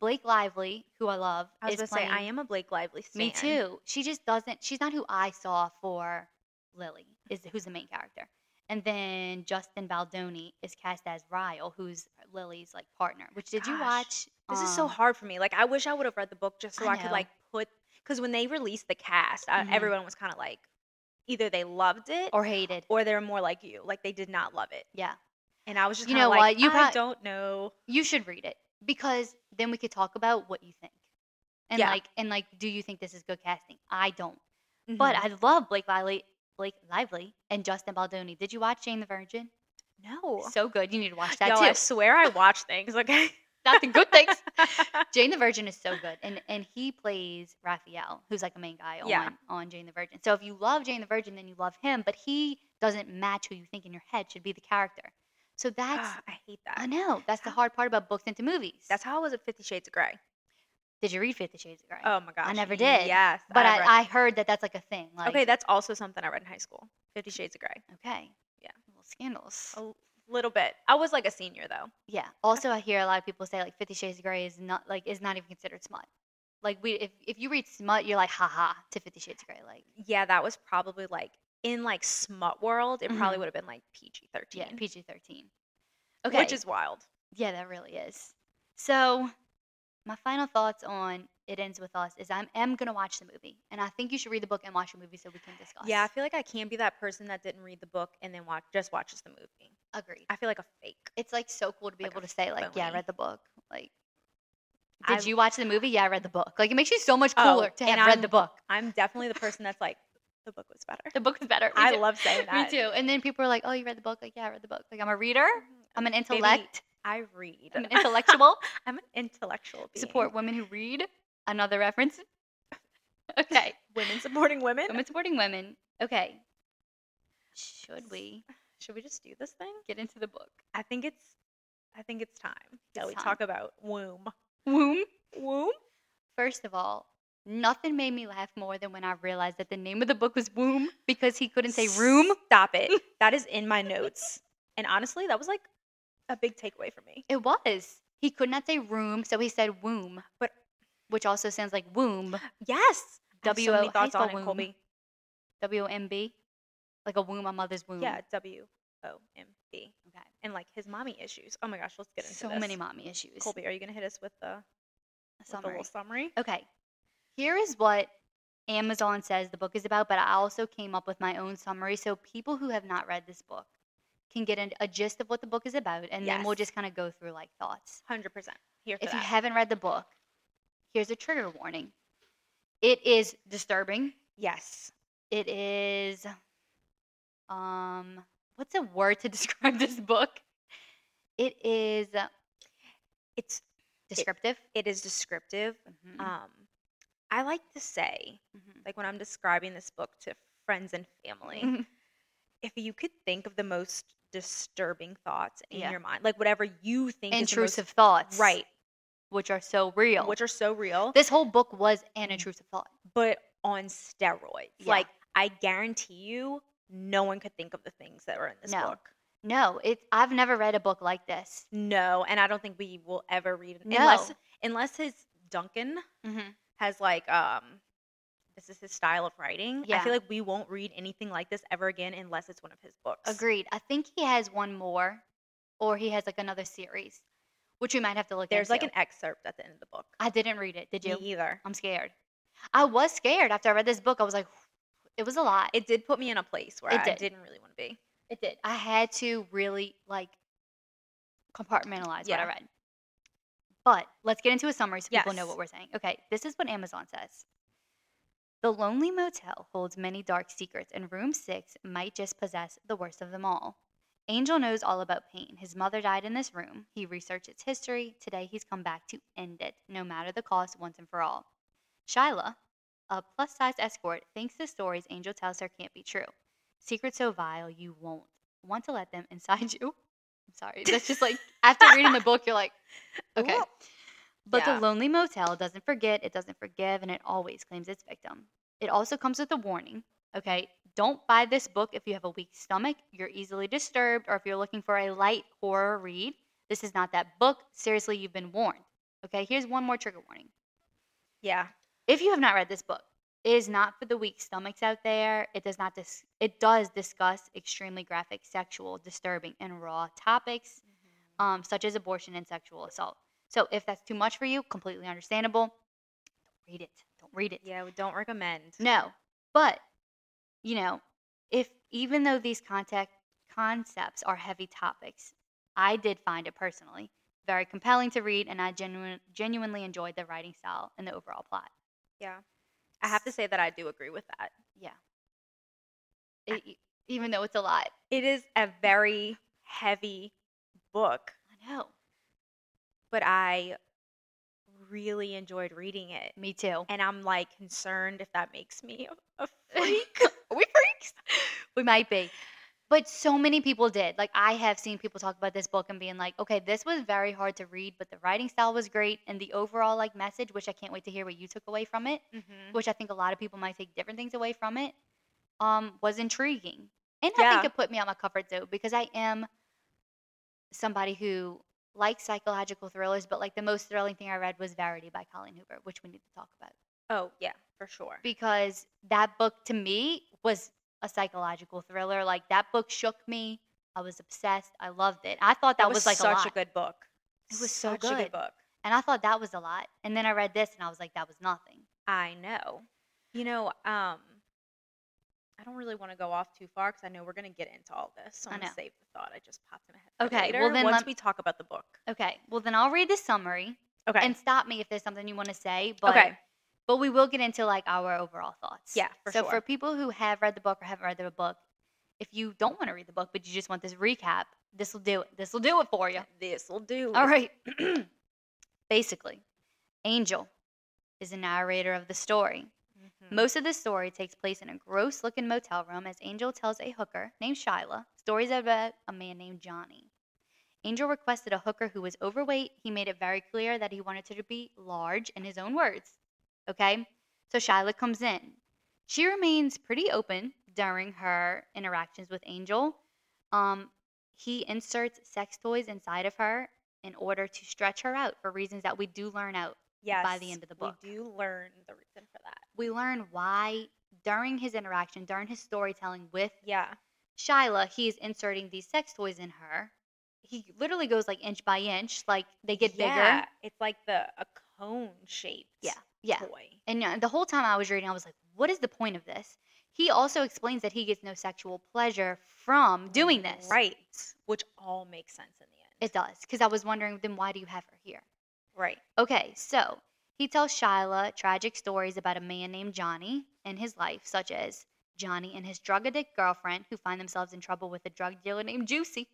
Speaker 2: Blake Lively, who I love,
Speaker 1: I was
Speaker 2: is
Speaker 1: going to say, I
Speaker 2: playing-
Speaker 1: am a Blake Lively stan.
Speaker 2: Me too. She just doesn't. She's not who I saw for Lily. Is who's the main character. And then Justin Baldoni is cast as Ryle, who's Lily's like partner. Which did you
Speaker 1: Gosh,
Speaker 2: watch?
Speaker 1: This is so
Speaker 2: um,
Speaker 1: hard for me. Like, I wish I would have read the book just so
Speaker 2: I
Speaker 1: I, could
Speaker 2: know.
Speaker 1: like put because when they released the cast, I,
Speaker 2: Mhm.
Speaker 1: everyone was kind of like, either they loved it or,
Speaker 2: Or hated.
Speaker 1: they were more like you, like they did not love it.
Speaker 2: Yeah.
Speaker 1: And I was just
Speaker 2: You
Speaker 1: kind of
Speaker 2: know
Speaker 1: like,
Speaker 2: what? You
Speaker 1: I
Speaker 2: prob-
Speaker 1: don't know.
Speaker 2: you should read it because then we could talk about what you think and
Speaker 1: Yeah.
Speaker 2: like and like do you think this is good casting i don't but i
Speaker 1: Mm-hmm.
Speaker 2: love blake lively blake lively and justin baldoni did you watch jane the virgin
Speaker 1: Mm-hmm. no,
Speaker 2: so good you need to watch that
Speaker 1: y'all,
Speaker 2: too
Speaker 1: I swear I watch things. Okay,
Speaker 2: not the good things jane the virgin is so good and and he plays raphael who's like a main guy on,
Speaker 1: Yeah.
Speaker 2: on jane the virgin so if you love jane the virgin then you love him but he doesn't match who you think in your head should be the character so that's
Speaker 1: Ah, I hate
Speaker 2: i
Speaker 1: that.
Speaker 2: know that's the
Speaker 1: How-
Speaker 2: hard part about books into movies
Speaker 1: That's how I was at Fifty Shades of Grey.
Speaker 2: did you read 50 shades of gray
Speaker 1: Oh my gosh,
Speaker 2: never did,
Speaker 1: Yes,
Speaker 2: But
Speaker 1: read-
Speaker 2: I, I heard that that's like a thing. Like,
Speaker 1: okay, that's also something I read in high school. Fifty Shades of Grey.
Speaker 2: okay,
Speaker 1: Yeah.
Speaker 2: little scandals.
Speaker 1: A l- little bit. I was like a senior though.
Speaker 2: Yeah.
Speaker 1: Uh
Speaker 2: Also, I hear a lot of people say like Fifty Shades of Grey is not like is not even considered smut. Like we, if if you read smut, you're like haha to Fifty Shades of Grey. Like
Speaker 1: Yeah, that was probably like in like smut world. It probably would have been like PG thirteen.
Speaker 2: Mm-hmm. yeah, PG thirteen. Okay,
Speaker 1: which is wild.
Speaker 2: yeah, that really is. So, my final thoughts on it ends with us is I'm am gonna watch the movie, and I think you should read the book and watch the movie so we can discuss.
Speaker 1: Yeah, I feel like I can't be that person that didn't read the book and then watch just watches the movie.
Speaker 2: agreed.
Speaker 1: I feel like a fake.
Speaker 2: It's like so cool to be
Speaker 1: Like a
Speaker 2: able to say like yeah, I
Speaker 1: phony.
Speaker 2: read the book. Like
Speaker 1: I- Mm-hmm.
Speaker 2: Did you watch the movie? Yeah, I read the book. Like it makes you so much
Speaker 1: Oh,
Speaker 2: cooler to have
Speaker 1: and
Speaker 2: read
Speaker 1: I'm-
Speaker 2: the book.
Speaker 1: I'm definitely the person that's like the book was better.
Speaker 2: The book is better. Me
Speaker 1: I
Speaker 2: too.
Speaker 1: love saying
Speaker 2: Me
Speaker 1: that.
Speaker 2: too. And then people are like, "Oh, you read the book?" Like, yeah, I read the book. Like, I'm a reader. I'm an
Speaker 1: Baby,
Speaker 2: intellect.
Speaker 1: I read.
Speaker 2: I'm an intellectual.
Speaker 1: I'm an intellectual. Being.
Speaker 2: Support women who read. Another reference. Okay,
Speaker 1: women supporting women.
Speaker 2: women supporting women. Okay, should we
Speaker 1: Should we just do this thing?
Speaker 2: get into the book?
Speaker 1: I think it's. I think it's time that
Speaker 2: It's
Speaker 1: we
Speaker 2: time.
Speaker 1: talk about womb.
Speaker 2: Womb.
Speaker 1: Womb.
Speaker 2: First of all, nothing made me laugh more than when I realized that the name of the book was Womb because he couldn't say room.
Speaker 1: Stop it. That is in my notes. And honestly, that was like a big takeaway for me.
Speaker 2: It was. He could not say room, so he said womb,
Speaker 1: But-
Speaker 2: which also sounds like womb,
Speaker 1: Yes. I have so many
Speaker 2: WO
Speaker 1: thoughts on it,
Speaker 2: hyphen womb.
Speaker 1: Colby.
Speaker 2: W O M B, like a womb, a mother's womb.
Speaker 1: Yeah, W O M B.
Speaker 2: Okay.
Speaker 1: And like his mommy issues. Oh my gosh, let's get into
Speaker 2: so
Speaker 1: this.
Speaker 2: many mommy issues.
Speaker 1: Colby, are you gonna hit us with the, with the
Speaker 2: Summary.
Speaker 1: little summary?
Speaker 2: Okay. Here is what Amazon says the book is about, but I also came up with my own summary. So people who have not read this book can get an, a gist of what the book is about, and then we'll
Speaker 1: Yes.
Speaker 2: just kind of go through like thoughts.
Speaker 1: Hundred percent here for
Speaker 2: If you
Speaker 1: that.
Speaker 2: haven't read the book, here's a trigger warning it is disturbing.
Speaker 1: yes.
Speaker 2: It is, um, what's a word to describe this book? It is uh,
Speaker 1: It's
Speaker 2: descriptive.
Speaker 1: it is descriptive.
Speaker 2: Mhm,
Speaker 1: Um, I like to say,
Speaker 2: mhm,
Speaker 1: like when I'm describing this book to friends and family,
Speaker 2: mhm.
Speaker 1: if you could think of the most disturbing thoughts in
Speaker 2: Yeah.
Speaker 1: your mind, like whatever you think
Speaker 2: intrusive
Speaker 1: is
Speaker 2: thoughts,
Speaker 1: the most, right,
Speaker 2: Which are so real.
Speaker 1: which are Mm-hmm. so real,
Speaker 2: this whole book was an intrusive thought.
Speaker 1: but on steroids.
Speaker 2: Yeah.
Speaker 1: Like I guarantee you, no one could think of the things that were in this
Speaker 2: No.
Speaker 1: book.
Speaker 2: No, it. I've never read a book like this.
Speaker 1: No, and I don't think we will ever read it unless
Speaker 2: No.
Speaker 1: unless his Duncan
Speaker 2: Mm-hmm.
Speaker 1: has like um this is his style of writing. I
Speaker 2: Yeah.
Speaker 1: feel like we won't read anything like this ever again unless it's one of his books.
Speaker 2: Agreed. I think he has one more, or he has like another series, which we might have to look.
Speaker 1: There's like an
Speaker 2: into.
Speaker 1: excerpt at the end of the book.
Speaker 2: I didn't read it. Did you?
Speaker 1: Me either.
Speaker 2: I'm scared. I was scared after I read this book. I was like, it was a lot.
Speaker 1: It did put me in a place where
Speaker 2: It
Speaker 1: I
Speaker 2: did.
Speaker 1: didn't really want to be.
Speaker 2: It did. I had to really like compartmentalize what
Speaker 1: Yeah.
Speaker 2: I read. But let's get into a summary so people know
Speaker 1: Yes.
Speaker 2: what we're saying. Okay, this is what Amazon says. The Lonely Motel holds many dark secrets, and room six might just possess the worst of them all. Angel knows all about pain. His mother died in this room. He researched its history. Today, he's come back to end it, no matter the cost, once and for all. Shyla, a plus size escort, thinks the stories Angel tells her can't be true. Secrets so vile, you won't want to let them inside you. I'm sorry. That's just like, after reading the book, you're like, okay.
Speaker 1: Whoa.
Speaker 2: But
Speaker 1: Yeah.
Speaker 2: the lonely motel doesn't forget, it doesn't forgive, and it always claims its victim. It also comes with a warning. Okay, don't buy this book if you have a weak stomach, you're easily disturbed, or if you're looking for a light horror read. This is not that book. Seriously, you've been warned. Okay, here's one more trigger warning.
Speaker 1: Yeah.
Speaker 2: If you have not read this book, it is not for the weak stomachs out there. It does not dis- it does discuss extremely graphic, sexual, disturbing, and raw topics um, such as abortion and sexual assault. So if that's too much for you, completely understandable. Don't read it. Don't read it.
Speaker 1: Yeah, we don't recommend.
Speaker 2: No, but you know, if even though these contact concepts are heavy topics, I did find it personally very compelling to read, and I genuine, genuinely enjoyed the writing style and the overall plot.
Speaker 1: Yeah. I have to say that I do agree with that.
Speaker 2: It, e- even though it's a lot,
Speaker 1: It is a very heavy book,
Speaker 2: I know.
Speaker 1: but I really enjoyed reading it.
Speaker 2: Me too.
Speaker 1: And I'm like concerned if that makes me a, a freak.
Speaker 2: Are we freaks? we might be. But so many people did. Like I have seen people talk about this book and being like, okay, this was very hard to read, but the writing style was great and the overall like message, which I can't wait to hear what you took away from it,
Speaker 1: mm-hmm.
Speaker 2: which I think a lot of people might take different things away from it, um, was intriguing. And I
Speaker 1: Yeah.
Speaker 2: think it put me on my comfort zone because I am somebody who likes psychological thrillers, but like the most thrilling thing I read was Verity by Colleen Hoover, which we need to talk about
Speaker 1: Oh, yeah, for sure.
Speaker 2: because that book to me was a psychological thriller. Like that book shook me. I was obsessed. I loved it. I thought that, was, like
Speaker 1: such
Speaker 2: a lot,
Speaker 1: good book.
Speaker 2: It was so
Speaker 1: such a
Speaker 2: good.
Speaker 1: good book.
Speaker 2: and I thought that was a lot. And then I read this, and I was like, that was nothing.
Speaker 1: I know. You know, um, I don't really want to go off too far because I know we're going to get into all this. So
Speaker 2: I
Speaker 1: I'm going
Speaker 2: know.
Speaker 1: to save the thought. I just popped in my head. for
Speaker 2: Okay, well,
Speaker 1: later
Speaker 2: then
Speaker 1: once
Speaker 2: lem-
Speaker 1: we talk about the book.
Speaker 2: Okay, well then I'll read the summary
Speaker 1: Okay.
Speaker 2: and stop me if there's something you want to say. But
Speaker 1: okay.
Speaker 2: but we will get into like our overall thoughts.
Speaker 1: Yeah, for
Speaker 2: so for
Speaker 1: sure.
Speaker 2: people who have read the book or haven't read the book, if you don't want to read the book but you just want this recap, this will do it. This will do it for you.
Speaker 1: This will do.
Speaker 2: All right. Basically, Angel is the narrator of the story.
Speaker 1: Mhm.
Speaker 2: Most of the story takes place in a gross looking motel room as Angel tells a hooker named Shyla stories about a man named Johnny. Angel requested a hooker who was overweight. He made it very clear that he wanted her to be large in his own words. Okay? So Shyla comes in. She remains pretty open during her interactions with Angel. Um, he inserts sex toys inside of her in order to stretch her out for reasons that we do learn out
Speaker 1: Yes.
Speaker 2: by the end of the book.
Speaker 1: We do learn the reason for that.
Speaker 2: we learn why during his interaction, during his storytelling with
Speaker 1: Yeah.
Speaker 2: Shyla, he is inserting these sex toys in her. He literally goes like inch by inch, like they get
Speaker 1: Yeah, It's like the a cone shaped
Speaker 2: bigger. Yeah, yeah.
Speaker 1: toy.
Speaker 2: And uh, the whole time I was reading, I was like, what is the point of this? He also explains that he gets no sexual pleasure from doing this.
Speaker 1: Right. Which all makes sense in the end.
Speaker 2: It does. Because I was wondering, then why do you have her here?
Speaker 1: right.
Speaker 2: Okay, so he tells Shyla tragic stories about a man named Johnny and his life, such as Johnny and his drug addict girlfriend who find themselves in trouble with a drug dealer named Juicy.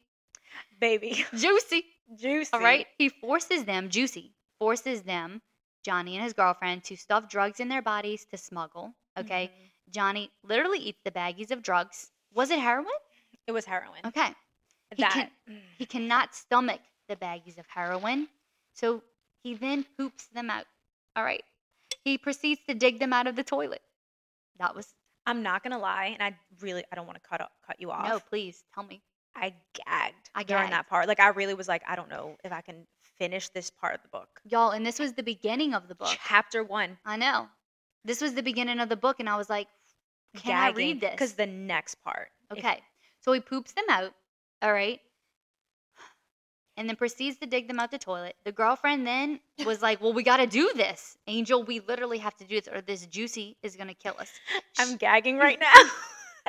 Speaker 1: Baby.
Speaker 2: Juicy!
Speaker 1: Juicy.
Speaker 2: All right, he forces them, Juicy forces them, Johnny and his girlfriend, to stuff drugs in their bodies to smuggle. Okay,
Speaker 1: Mhm.
Speaker 2: Johnny literally eats the baggies of drugs. Was it heroin?
Speaker 1: It was heroin.
Speaker 2: Okay. he
Speaker 1: That.
Speaker 2: He cannot stomach the baggies of heroin, so he then poops them out. All right. He proceeds to dig them out of the toilet. That was
Speaker 1: I'm not gonna lie, and I really I don't want to cut o- cut you off.
Speaker 2: no, please tell me.
Speaker 1: I gagged
Speaker 2: I
Speaker 1: during
Speaker 2: gagged.
Speaker 1: that part. Like I really was like, I don't know if I can finish this part of the book.
Speaker 2: Y'all, and this was the beginning of the book.
Speaker 1: Chapter one.
Speaker 2: I know. This was the beginning of the book, and I was like, can I read this?
Speaker 1: Because the next part. if-
Speaker 2: Okay. So he poops them out. All right. And then proceeds to dig them out the toilet. The girlfriend then was like, Well, we got to do this. Angel, we literally have to do this, or this juicy is going to kill us.
Speaker 1: I'm gagging right now.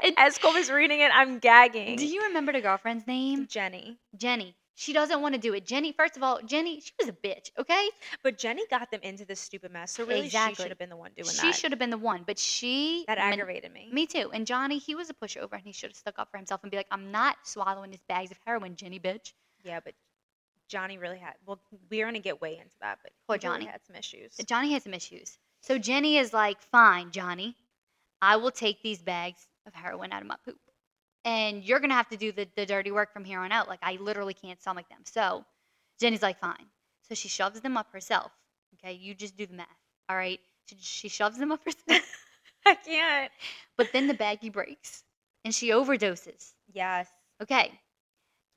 Speaker 2: It-
Speaker 1: As Colby's reading it, I'm gagging.
Speaker 2: do you remember the girlfriend's name?
Speaker 1: Jenny?
Speaker 2: Jenny. She doesn't want to do it. Jenny, first of all, Jenny, she was a bitch, okay?
Speaker 1: But Jenny got them into this stupid mess. So really, she
Speaker 2: Exactly.
Speaker 1: should have been the one doing
Speaker 2: she
Speaker 1: that.
Speaker 2: should have been the one, but she.
Speaker 1: That
Speaker 2: man-
Speaker 1: aggravated me.
Speaker 2: Me too. And Johnny, he was a pushover and he should have stuck up for himself and be like, I'm not swallowing these bags of heroin, Jenny, bitch.
Speaker 1: Yeah, but Johnny really had. Well, we're gonna get way into that, but
Speaker 2: Poor
Speaker 1: he really
Speaker 2: Johnny.
Speaker 1: had some issues.
Speaker 2: Johnny has some issues. So Jenny is like, fine, Johnny, I will take these bags of heroin out of my poop. And you're going to have to do the, the dirty work from here on out. Like, I literally can't stomach them. So Jenny's like, fine. So she shoves them up herself. Okay, you just do the math. All right. She, she shoves them up herself.
Speaker 1: I can't.
Speaker 2: but then the baggie breaks and she overdoses.
Speaker 1: Yes.
Speaker 2: Okay.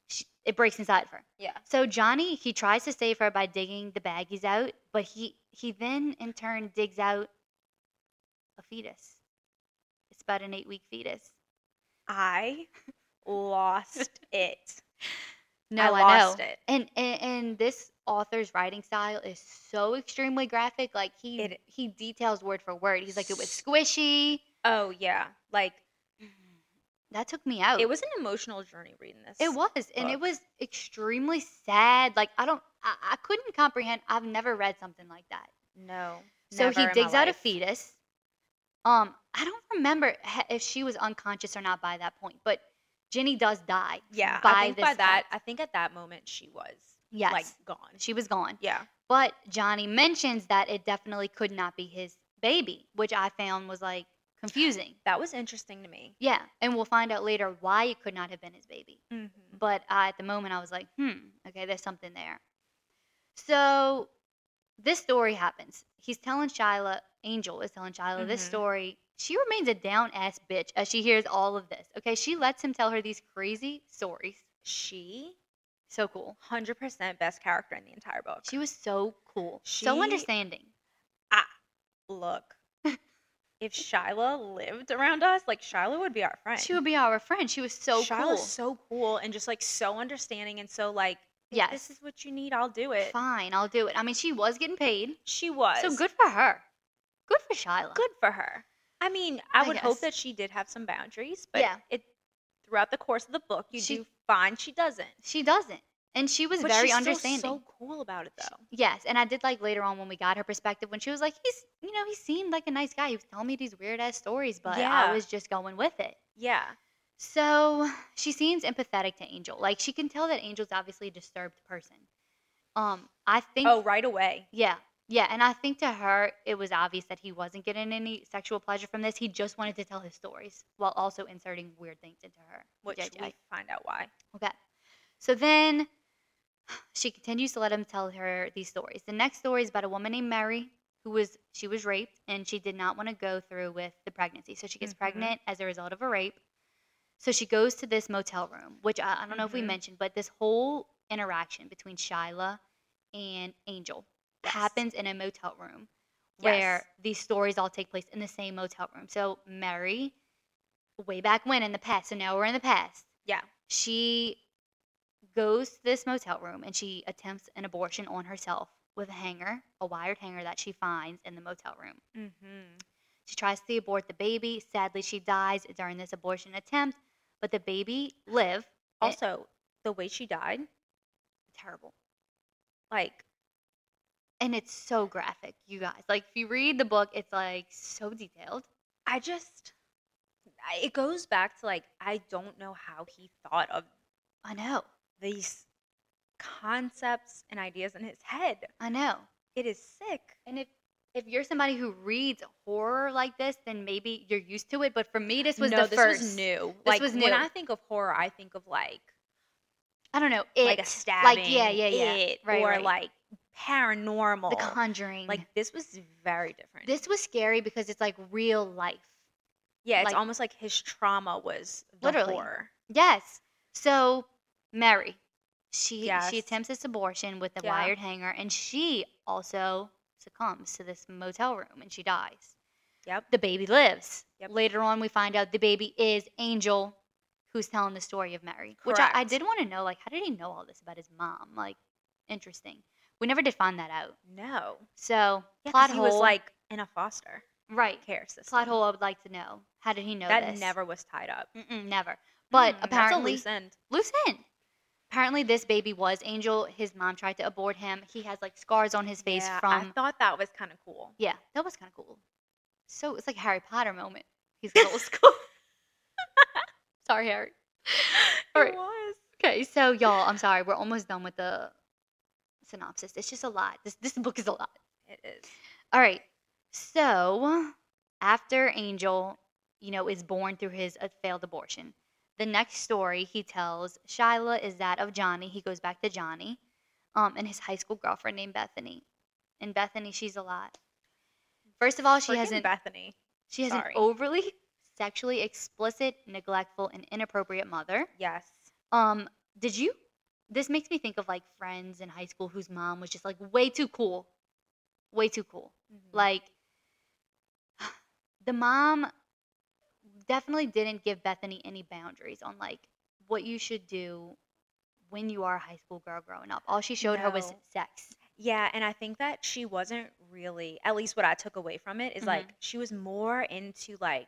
Speaker 2: She, it breaks inside of her.
Speaker 1: Yeah.
Speaker 2: So Johnny, he tries to save her by digging the baggies out, but he he then in turn digs out a fetus. It's about an eight week fetus.
Speaker 1: I lost it.
Speaker 2: No,
Speaker 1: I
Speaker 2: I,
Speaker 1: lost
Speaker 2: know.
Speaker 1: it.
Speaker 2: And, and and this author's writing style is so extremely graphic. Like he
Speaker 1: It-
Speaker 2: he details word for word. He's like it was squishy.
Speaker 1: Oh yeah, like
Speaker 2: That took me out.
Speaker 1: Mm-hmm. it was an emotional journey reading this.
Speaker 2: Oh. It was, and it
Speaker 1: book.
Speaker 2: was extremely sad. Like I don't, I, I couldn't comprehend. I've never read something like that.
Speaker 1: no.
Speaker 2: So
Speaker 1: never in
Speaker 2: he
Speaker 1: my
Speaker 2: digs out a
Speaker 1: life.
Speaker 2: fetus. Um, I don't remember ha- if she was unconscious or not by that point, but Jenny does die.
Speaker 1: Yeah,
Speaker 2: by
Speaker 1: I think
Speaker 2: this
Speaker 1: by that,
Speaker 2: point.
Speaker 1: I think at that moment she was
Speaker 2: Yes,
Speaker 1: like gone.
Speaker 2: she was gone.
Speaker 1: Yeah,
Speaker 2: But Johnny mentions that it definitely could not be his baby, which I found was like confusing.
Speaker 1: that was interesting to me.
Speaker 2: Yeah, and we'll find out later why it could not have been his baby.
Speaker 1: Mm-hmm.
Speaker 2: But uh, at the moment, I was like, hmm, okay, there's something there. So this story happens. He's telling Shyla, Angel is telling Shyla this
Speaker 1: Mhm.
Speaker 2: story. She remains a down ass bitch as she hears all of this. Okay, she lets him tell her these crazy stories.
Speaker 1: She
Speaker 2: So cool.
Speaker 1: hundred percent best character in the entire book.
Speaker 2: She was so cool, so
Speaker 1: She-
Speaker 2: understanding.
Speaker 1: Look, if Shiloh lived around us, like Shiloh would be our friend.
Speaker 2: She would be our friend. She was so
Speaker 1: Shiloh's
Speaker 2: cool.
Speaker 1: so cool and just like so understanding and so like. If
Speaker 2: Yes.
Speaker 1: this is what you need. I'll do it.
Speaker 2: Fine, I'll do it. I mean, she was getting paid,
Speaker 1: She was
Speaker 2: so good for her. Good for Shyla.
Speaker 1: good for her. I mean, I,
Speaker 2: I
Speaker 1: would hope
Speaker 2: guess.
Speaker 1: that she did have some boundaries, but
Speaker 2: Yeah.
Speaker 1: it throughout the course of the book, you
Speaker 2: She-
Speaker 1: do find she doesn't.
Speaker 2: She doesn't, and she was
Speaker 1: But
Speaker 2: very
Speaker 1: she's still
Speaker 2: understanding.
Speaker 1: so cool about it, though.
Speaker 2: Yes, and I did like later on when we got her perspective when she was like, he's, you know, he seemed like a nice guy. He was telling me these weird ass stories, but
Speaker 1: Yeah.
Speaker 2: I was just going with it.
Speaker 1: Yeah,
Speaker 2: So she seems empathetic to Angel. Like she can tell that Angel's obviously a disturbed person. Um, I think.
Speaker 1: Oh, right away.
Speaker 2: Yeah, yeah, and I think to her it was obvious that he wasn't getting any sexual pleasure from this. He just wanted to tell his stories while also inserting weird things into her.
Speaker 1: Which
Speaker 2: JJ.
Speaker 1: we find out why.
Speaker 2: Okay. So then she continues to let him tell her these stories. The next story is about a woman named Mary who was she was raped and she did not want to go through with the pregnancy. So she gets
Speaker 1: Mhm.
Speaker 2: pregnant as a result of a rape. So she goes to this motel room, which I, I don't know if we
Speaker 1: Mhm.
Speaker 2: mentioned, but this whole interaction between Shyla and Angel
Speaker 1: Yes.
Speaker 2: happens in a motel room
Speaker 1: Yes.
Speaker 2: where these stories all take place in the same motel room. So Mary, way back when in the past, so now we're in the past.
Speaker 1: Yeah.
Speaker 2: She goes to this motel room and she attempts an abortion on herself with a hanger, a wired hanger that she finds in the motel room.
Speaker 1: Mm-hmm.
Speaker 2: She tries to abort the baby. Sadly, she dies during this abortion attempt, but the baby live.
Speaker 1: Also, the way she died,
Speaker 2: Terrible.
Speaker 1: like
Speaker 2: And it's so graphic, you guys. Like if you read the book, it's like so detailed.
Speaker 1: I just I- it goes back to like I don't know how he thought of
Speaker 2: I know.
Speaker 1: these concepts and ideas in his head.
Speaker 2: I know.
Speaker 1: It is sick.
Speaker 2: And if if you're somebody who reads horror like this, then maybe you're used to it. But for me, this was
Speaker 1: no,
Speaker 2: the
Speaker 1: this
Speaker 2: first.
Speaker 1: was new. like
Speaker 2: was
Speaker 1: when
Speaker 2: new.
Speaker 1: I think of horror, I think of like
Speaker 2: I don't know. It,
Speaker 1: like a stabbing,
Speaker 2: yeah, yeah, yeah.
Speaker 1: it,
Speaker 2: Right,
Speaker 1: or
Speaker 2: right.
Speaker 1: like paranormal.
Speaker 2: The Conjuring.
Speaker 1: like this was very different.
Speaker 2: this was scary because it's like real life.
Speaker 1: yeah, it's
Speaker 2: like-
Speaker 1: almost like his trauma was the
Speaker 2: Literally.
Speaker 1: horror.
Speaker 2: Yes. So Mary, she
Speaker 1: Yes.
Speaker 2: she attempts this abortion with the
Speaker 1: Yeah.
Speaker 2: wired hanger, and she also succumbs to this motel room, and she dies.
Speaker 1: Yep.
Speaker 2: The baby lives.
Speaker 1: Yep.
Speaker 2: Later on, we find out the baby is Angel, who's telling the story of Mary. Which I, I
Speaker 1: Correct.
Speaker 2: did want to know, like, how did he know all this about his mom? Like, interesting. We never did find that out.
Speaker 1: No,
Speaker 2: So
Speaker 1: yeah, 'cause
Speaker 2: plot
Speaker 1: he
Speaker 2: hole,
Speaker 1: was like in a foster
Speaker 2: right
Speaker 1: care system.
Speaker 2: plot hole. I would like to know how did he know
Speaker 1: that
Speaker 2: this?
Speaker 1: never was tied up.
Speaker 2: Mm-mm, never. But
Speaker 1: Mm,
Speaker 2: apparently,
Speaker 1: that's a loose end.
Speaker 2: loose end. Apparently, this baby was Angel. His mom tried to abort him. He has like scars on his face
Speaker 1: Yeah, I
Speaker 2: from.
Speaker 1: thought that was kind of cool.
Speaker 2: yeah, that was kind of cool. So it's like Harry Potter moment. He's got little sc- sorry, Harry. All right.
Speaker 1: It was.
Speaker 2: Okay, so y'all, I'm sorry. We're almost done with the synopsis. It's just a lot. This this book is a lot.
Speaker 1: It is.
Speaker 2: All right. So after Angel, you know, is born through his uh, failed abortion, the next story he tells Shyla is that of Johnny. He goes back to Johnny um, and his high school girlfriend named Bethany. And Bethany, she's a lot. First of all, she
Speaker 1: Frickin'
Speaker 2: has an
Speaker 1: Bethany.
Speaker 2: she has
Speaker 1: sorry.
Speaker 2: an overly sexually explicit, neglectful, and inappropriate mother.
Speaker 1: Yes.
Speaker 2: Um, did you? This makes me think of like friends in high school whose mom was just like way too cool, way too cool
Speaker 1: Mhm.
Speaker 2: like the mom definitely didn't give bethany any boundaries on like what you should do when you are a high school girl growing up all she showed her was
Speaker 1: No.
Speaker 2: sex
Speaker 1: Yeah, and I think that she wasn't really, at least what I took away from it, is,
Speaker 2: Mhm.
Speaker 1: like she was more into like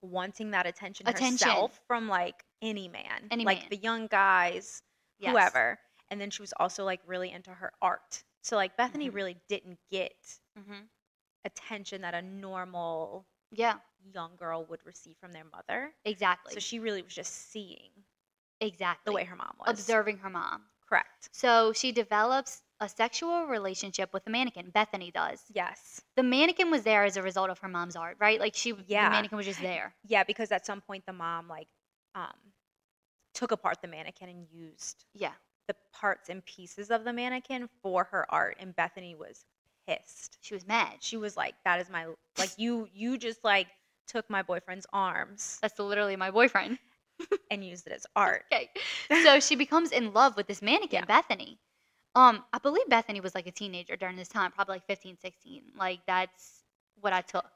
Speaker 1: wanting that attention,
Speaker 2: Attention.
Speaker 1: herself from like any man,
Speaker 2: Any
Speaker 1: like
Speaker 2: man.
Speaker 1: the young guys,
Speaker 2: Yes.
Speaker 1: whoever. And then she was also like really into her art. So like Bethany
Speaker 2: Mhm.
Speaker 1: really didn't get
Speaker 2: Mhm.
Speaker 1: attention that a normal
Speaker 2: yeah
Speaker 1: young girl would receive from their mother.
Speaker 2: exactly
Speaker 1: so she really was just seeing the
Speaker 2: exactly
Speaker 1: way her mom was.
Speaker 2: observing her mom
Speaker 1: Correct.
Speaker 2: so she develops a sexual relationship with a mannequin bethany does
Speaker 1: Yes.
Speaker 2: the mannequin was there as a result of her mom's art right like she
Speaker 1: Yeah.
Speaker 2: the mannequin was just there
Speaker 1: Yeah, because at some point the mom like um took apart the mannequin and used
Speaker 2: yeah
Speaker 1: the parts and pieces of the mannequin for her art and Bethany was pissed.
Speaker 2: she was mad
Speaker 1: She was like, That is my like you you just like took my boyfriend's arms
Speaker 2: that's literally my boyfriend
Speaker 1: and used it as art.
Speaker 2: Okay. So she becomes in love with this mannequin, Bethany. Um, I believe Bethany was like a teenager during this time, probably like 15, 16. Like that's what I took.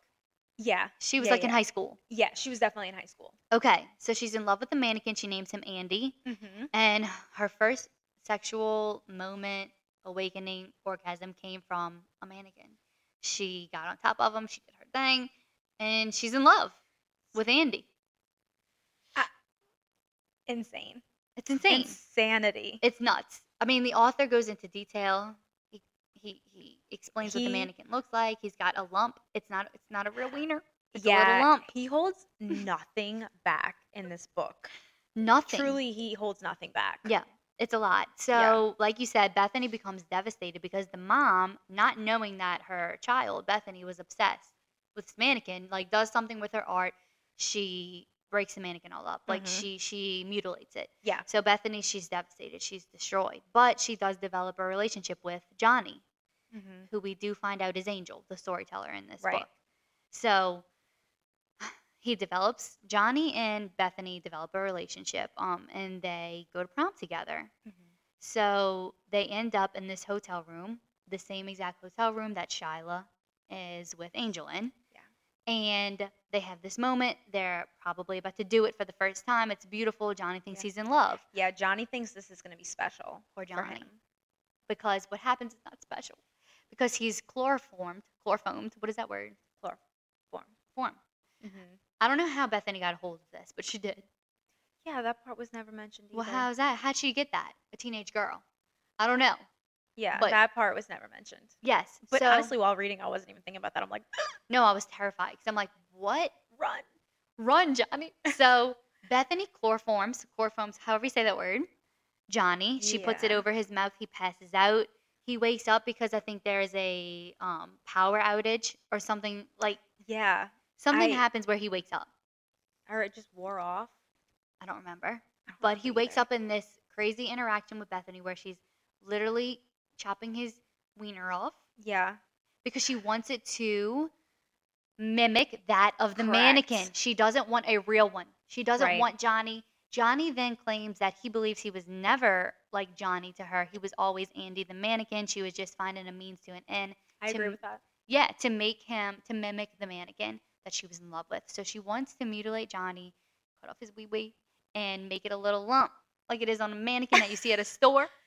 Speaker 1: Yeah.
Speaker 2: She was
Speaker 1: Yeah,
Speaker 2: like in
Speaker 1: yeah.
Speaker 2: high school.
Speaker 1: Yeah, she was definitely in high school.
Speaker 2: Okay. So she's in love with the mannequin. She names him Andy.
Speaker 1: Mm-hmm.
Speaker 2: And her first sexual moment, awakening, orgasm came from a mannequin. She got on top of him, she did her thing, and she's in love with Andy.
Speaker 1: Insane.
Speaker 2: It's insane.
Speaker 1: Insanity.
Speaker 2: It's nuts. I mean, the author goes into detail. He he, he explains what
Speaker 1: He-
Speaker 2: the mannequin looks like. He's got a lump. It's not it's not a real wiener. It's a
Speaker 1: yeah,
Speaker 2: little lump.
Speaker 1: he holds nothing back in this book.
Speaker 2: Nothing.
Speaker 1: Truly, he holds nothing back.
Speaker 2: Yeah. It's a lot. So,
Speaker 1: Yeah.
Speaker 2: like you said, Bethany becomes devastated because the mom, not knowing that her child, Bethany, was obsessed with this mannequin, like does something with her art. She breaks the mannequin all up. Like
Speaker 1: Mhm.
Speaker 2: she she mutilates it.
Speaker 1: Yeah.
Speaker 2: So Bethany, she's devastated. She's destroyed. But she does develop a relationship with Johnny,
Speaker 1: Mm-hmm.
Speaker 2: who we do find out is Angel, the storyteller in this
Speaker 1: Right.
Speaker 2: book. So he develops Johnny and Bethany develop a relationship, um, and they go to prom together.
Speaker 1: mm-hmm.
Speaker 2: So they end up in this hotel room, the same exact hotel room that Shyla is with Angel in. Yeah. And they have this moment. They're probably about to do it for the first time. It's beautiful. Johnny thinks
Speaker 1: Yeah.
Speaker 2: he's in love.
Speaker 1: Yeah, Johnny thinks this is going to be special
Speaker 2: Poor
Speaker 1: for
Speaker 2: Johnny.
Speaker 1: him.
Speaker 2: Because what happens is not special. Because he's chloroformed, chloroformed. What is that word?
Speaker 1: Chloroformed.
Speaker 2: form.
Speaker 1: Mm-hmm.
Speaker 2: I don't know how Bethany got a hold of this, but she did.
Speaker 1: Yeah, that part was never mentioned. Either.
Speaker 2: Well, how's that? How'd she get that? A teenage girl. I don't know.
Speaker 1: Yeah,
Speaker 2: but-
Speaker 1: that part was never mentioned.
Speaker 2: Yes.
Speaker 1: But
Speaker 2: so,
Speaker 1: honestly, while reading, I wasn't even thinking about that. I'm like,
Speaker 2: no, I was terrified because I'm like, what?
Speaker 1: run.
Speaker 2: Run, Johnny. So Bethany chloroforms, chloroforms, however you say that word, Johnny. She puts it
Speaker 1: Yeah.
Speaker 2: over his mouth. He passes out. He wakes up because I think there is a um, power outage or something like
Speaker 1: Yeah,
Speaker 2: something
Speaker 1: I-
Speaker 2: happens where he wakes up.
Speaker 1: or it just wore off.
Speaker 2: I don't remember.
Speaker 1: I don't
Speaker 2: But he
Speaker 1: remember
Speaker 2: wakes
Speaker 1: either.
Speaker 2: up in this crazy interaction with Bethany where she's literally chopping his wiener off
Speaker 1: Yeah,
Speaker 2: because she wants it to mimic that of the mannequin.
Speaker 1: Correct.
Speaker 2: She doesn't want a real one. She doesn't
Speaker 1: Right.
Speaker 2: want Johnny. Johnny then claims that he believes he was never like Johnny to her. He was always Andy the mannequin. She was just finding a means to an end.
Speaker 1: I
Speaker 2: to
Speaker 1: agree
Speaker 2: m-
Speaker 1: with that.
Speaker 2: Yeah, to make him to mimic the mannequin that she was in love with. So she wants to mutilate Johnny, cut off his wee wee, and make it a little lump like it is on a mannequin that you see at a store.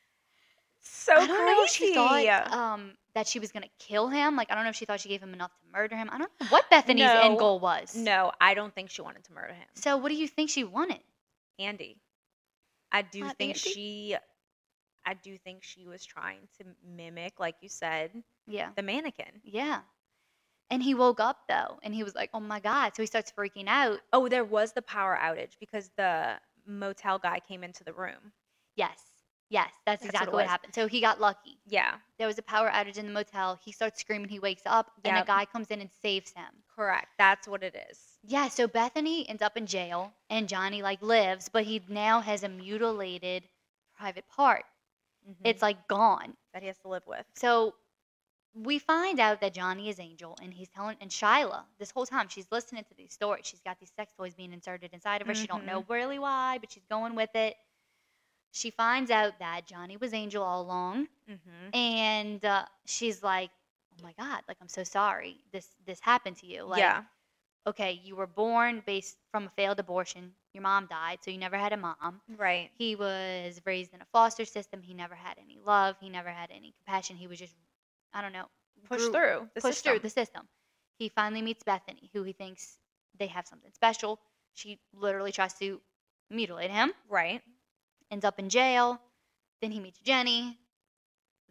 Speaker 1: So
Speaker 2: I don't know if she
Speaker 1: crazy.
Speaker 2: thought um, that she was gonna kill him. Like I don't know if she thought she gave him enough to murder him. I don't know what Bethany's end
Speaker 1: No.
Speaker 2: goal was.
Speaker 1: no, I don't think she wanted to murder him.
Speaker 2: So what do you think she wanted?
Speaker 1: Andy. I do
Speaker 2: Not
Speaker 1: think
Speaker 2: Andy?
Speaker 1: she I do think she was trying to mimic, like you said,
Speaker 2: Yeah.
Speaker 1: the mannequin.
Speaker 2: Yeah. And he woke up though, and he was like, "Oh my god!" So he starts freaking out.
Speaker 1: Oh, there was the power outage because the motel guy came into the room.
Speaker 2: Yes. Yes,
Speaker 1: That's what
Speaker 2: that's,
Speaker 1: it
Speaker 2: exactly what,
Speaker 1: was.
Speaker 2: happened. So he got lucky.
Speaker 1: Yeah,
Speaker 2: There was a power outage in the motel. He starts screaming. He wakes up, and a
Speaker 1: Yep.
Speaker 2: guy comes in and saves him.
Speaker 1: correct. That's what it is.
Speaker 2: Yeah. So Bethany ends up in jail, and Johnny like lives, but he now has a mutilated private part. It's
Speaker 1: It's
Speaker 2: like gone.
Speaker 1: Mm-hmm, that he has to live with.
Speaker 2: So we find out that Johnny is Angel, and he's telling, and Shyla, this whole time, she's listening to these stories. She's got these sex toys being inserted inside of her. She don't know really why, but she's going with it. She finds out that Johnny was Angel all along,
Speaker 1: Mm-hmm.
Speaker 2: and uh, she's like, "Oh my God! Like I'm so sorry. This this happened to you. Like,
Speaker 1: yeah,
Speaker 2: okay, you were born based from a failed abortion. Your mom died, so you never had a mom.
Speaker 1: right.
Speaker 2: He was raised in a foster system. He never had any love. He never had any compassion. He was just, I don't know,
Speaker 1: Push
Speaker 2: grew-
Speaker 1: through. The
Speaker 2: pushed through
Speaker 1: system.
Speaker 2: the system. He finally meets Bethany, who he thinks they have something special. She literally tries to mutilate him,
Speaker 1: Right.
Speaker 2: ends up in jail. Then he meets Jenny.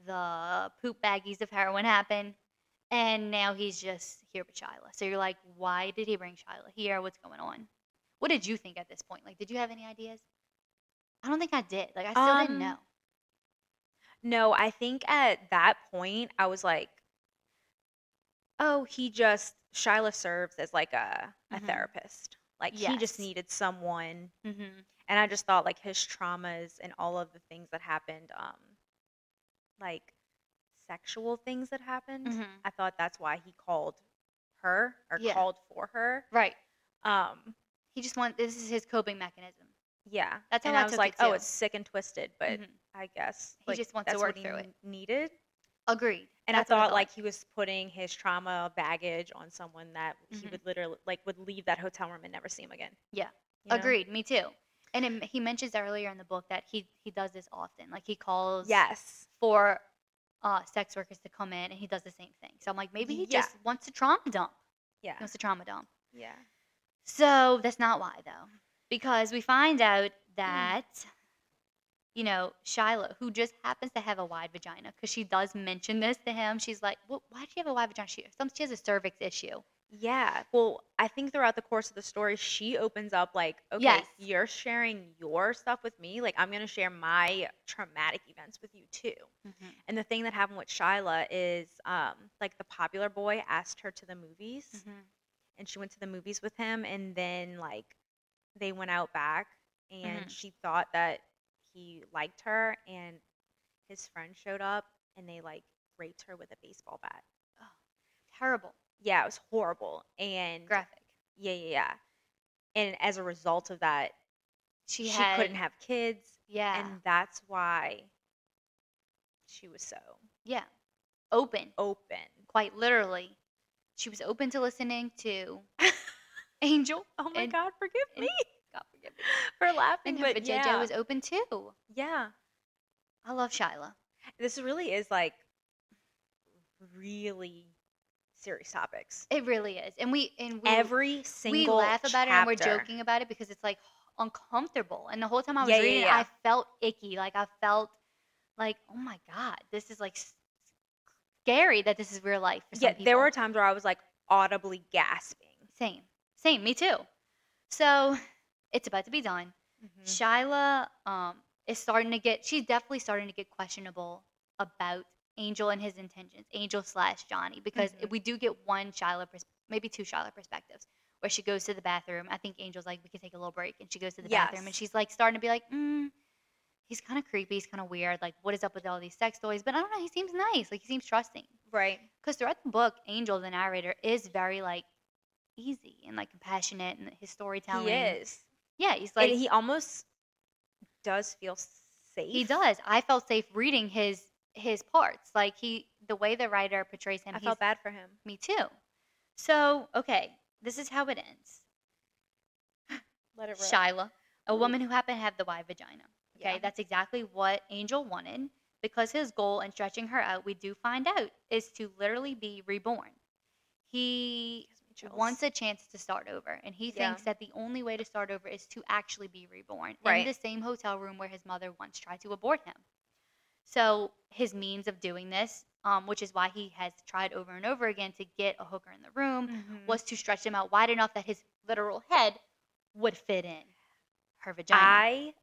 Speaker 2: The poop baggies of heroin happen. And now he's just here with Shyla. So you're like, why did he bring Shyla here? What's going on? What did you think at this point? Like, did you have any ideas? I don't think I did. Like, I still didn't
Speaker 1: Um,
Speaker 2: know.
Speaker 1: No, I think at that point I was like, oh, he just Shyla serves as like a a
Speaker 2: Mhm.
Speaker 1: therapist. Like he
Speaker 2: Yes.
Speaker 1: just needed someone,
Speaker 2: Mm-hmm.
Speaker 1: and I just thought like his traumas and all of the things that happened, um, like sexual things that happened.
Speaker 2: Mhm.
Speaker 1: I thought that's why he called her or
Speaker 2: Yeah.
Speaker 1: called for her.
Speaker 2: Right.
Speaker 1: Um,
Speaker 2: He just wants, this is his coping mechanism.
Speaker 1: yeah,
Speaker 2: That's how
Speaker 1: and
Speaker 2: I
Speaker 1: I was
Speaker 2: took
Speaker 1: like,
Speaker 2: it,
Speaker 1: oh,
Speaker 2: too.
Speaker 1: it's sick and twisted, but
Speaker 2: Mhm.
Speaker 1: I guess
Speaker 2: He
Speaker 1: like,
Speaker 2: just wants to
Speaker 1: that's what
Speaker 2: work
Speaker 1: he
Speaker 2: through it.
Speaker 1: Needed.
Speaker 2: Agreed.
Speaker 1: And I
Speaker 2: That's what
Speaker 1: thought like he was putting his trauma baggage on someone that he
Speaker 2: Mhm.
Speaker 1: would literally like would leave that hotel room and never see him again.
Speaker 2: Yeah.
Speaker 1: You know?
Speaker 2: Agreed. Me too. And it, he mentions earlier in the book that he, he does this often. Like, he calls.
Speaker 1: Yes.
Speaker 2: for uh, sex workers to come in, and he does the same thing. So I'm like, maybe he
Speaker 1: Yeah.
Speaker 2: just wants to trauma dump.
Speaker 1: Yeah.
Speaker 2: He wants to trauma dump.
Speaker 1: Yeah.
Speaker 2: So that's not why though, because we find out
Speaker 1: Mm.
Speaker 2: that you know Shiloh, who just happens to have a wide vagina, because she does mention this to him. She's like, well, why do you have a wide vagina? She, some, she has a cervix issue.
Speaker 1: Yeah. Well, I think throughout the course of the story, she opens up like, okay,
Speaker 2: Yes.
Speaker 1: you're sharing your stuff with me. Like, I'm going to share my traumatic events with you too. And the thing that happened with Shyla is um, like the popular boy asked her to the movies and she went to the movies with him. And then, like, they went out back and she thought that he liked her. And his friend showed up and they like raped her with a baseball bat.
Speaker 2: Terrible.
Speaker 1: Yeah, it was horrible. And
Speaker 2: Graphic.
Speaker 1: yeah, yeah, yeah. And as a result of that,
Speaker 2: She,
Speaker 1: she,
Speaker 2: had,
Speaker 1: couldn't have kids,
Speaker 2: Yeah.
Speaker 1: and that's why she was so
Speaker 2: yeah. Open.
Speaker 1: open.
Speaker 2: Quite literally, she was open to listening to Angel.
Speaker 1: Oh my
Speaker 2: And-
Speaker 1: God, forgive
Speaker 2: and-
Speaker 1: me
Speaker 2: God forgive me.
Speaker 1: for laughing,
Speaker 2: And her
Speaker 1: but
Speaker 2: vajayjay
Speaker 1: yeah,
Speaker 2: was open too.
Speaker 1: yeah,
Speaker 2: I love Shyla.
Speaker 1: this really is like really serious topics.
Speaker 2: It really is, and we and we
Speaker 1: Every single
Speaker 2: we laugh about it and we're
Speaker 1: chapter.
Speaker 2: joking about it because it's like uncomfortable. And the whole time I was
Speaker 1: Yeah, yeah,
Speaker 2: reading, it,
Speaker 1: yeah.
Speaker 2: I felt icky. Like I felt like, oh my god, this is like s- scary that this is real life for some
Speaker 1: Yeah,
Speaker 2: people.
Speaker 1: there were times where I was like audibly gasping.
Speaker 2: same, same, me too. So it's about to be done. Mm-hmm.
Speaker 1: Mm-hmm.
Speaker 2: Shyla um, is starting to get. She's definitely starting to get questionable about Angel and his intentions, Angel slash Johnny, because
Speaker 1: Mhm.
Speaker 2: we do get one Shyla, pers- maybe two Shyla perspectives, where she goes to the bathroom. I think Angel's like, we can take a little break, and she goes to the bathroom, and
Speaker 1: Yes.
Speaker 2: she's like starting to be like, mm, he's kind of creepy, he's kind of weird. Like, what is up with all these sex toys? But I don't know, he seems nice, like he seems trusting.
Speaker 1: Right.
Speaker 2: Because throughout the book, Angel, the narrator, is very like easy and like compassionate, and his storytelling.
Speaker 1: He is.
Speaker 2: Yeah, he's
Speaker 1: Like
Speaker 2: like
Speaker 1: he almost does feel safe.
Speaker 2: He does. I felt safe reading his his parts. Like he, the way the writer portrays him.
Speaker 1: I
Speaker 2: he's-
Speaker 1: felt bad for him.
Speaker 2: Me too. So okay, this is how it ends.
Speaker 1: Let it rip.
Speaker 2: Shyla, a
Speaker 1: Ooh.
Speaker 2: woman who happened to have the wide vagina. Okay,
Speaker 1: Yeah.
Speaker 2: that's exactly what Angel wanted because his goal in stretching her out, we do find out, is to literally be reborn. He
Speaker 1: Gives me chills.
Speaker 2: wants a chance to start over, and he
Speaker 1: Yeah.
Speaker 2: thinks that the only way to start over is to actually be reborn
Speaker 1: Right.
Speaker 2: in the same hotel room where his mother once tried to abort him. So his means of doing this, um, which is why he has tried over and over again to get a hooker in the room,
Speaker 1: Mhm.
Speaker 2: was to stretch him out wide enough that his literal head would fit in her vagina.
Speaker 1: I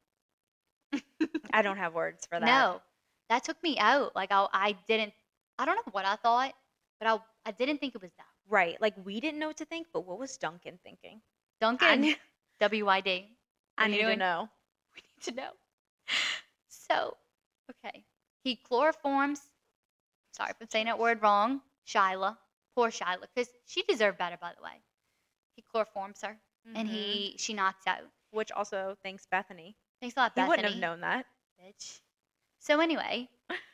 Speaker 1: I don't have words for that.
Speaker 2: No, that took me out. Like I, I didn't. I don't know what I thought, but I, I didn't think it was that.
Speaker 1: Right. Like we didn't know what to think, but what was Duncan thinking? I
Speaker 2: Duncan,
Speaker 1: knew,
Speaker 2: WYD.
Speaker 1: I
Speaker 2: are you
Speaker 1: knew to
Speaker 2: doing?
Speaker 1: know.
Speaker 2: We need to know. So, okay, he chloroforms. Sorry if I'm saying that word wrong. Shyla, poor Shyla, because she deserved better, by the way. He chloroforms her, and
Speaker 1: Mhm.
Speaker 2: he she knocks out.
Speaker 1: which also thanks Bethany.
Speaker 2: Thanks a lot,
Speaker 1: He
Speaker 2: Bethany.
Speaker 1: wouldn't have known that.
Speaker 2: bitch. So anyway,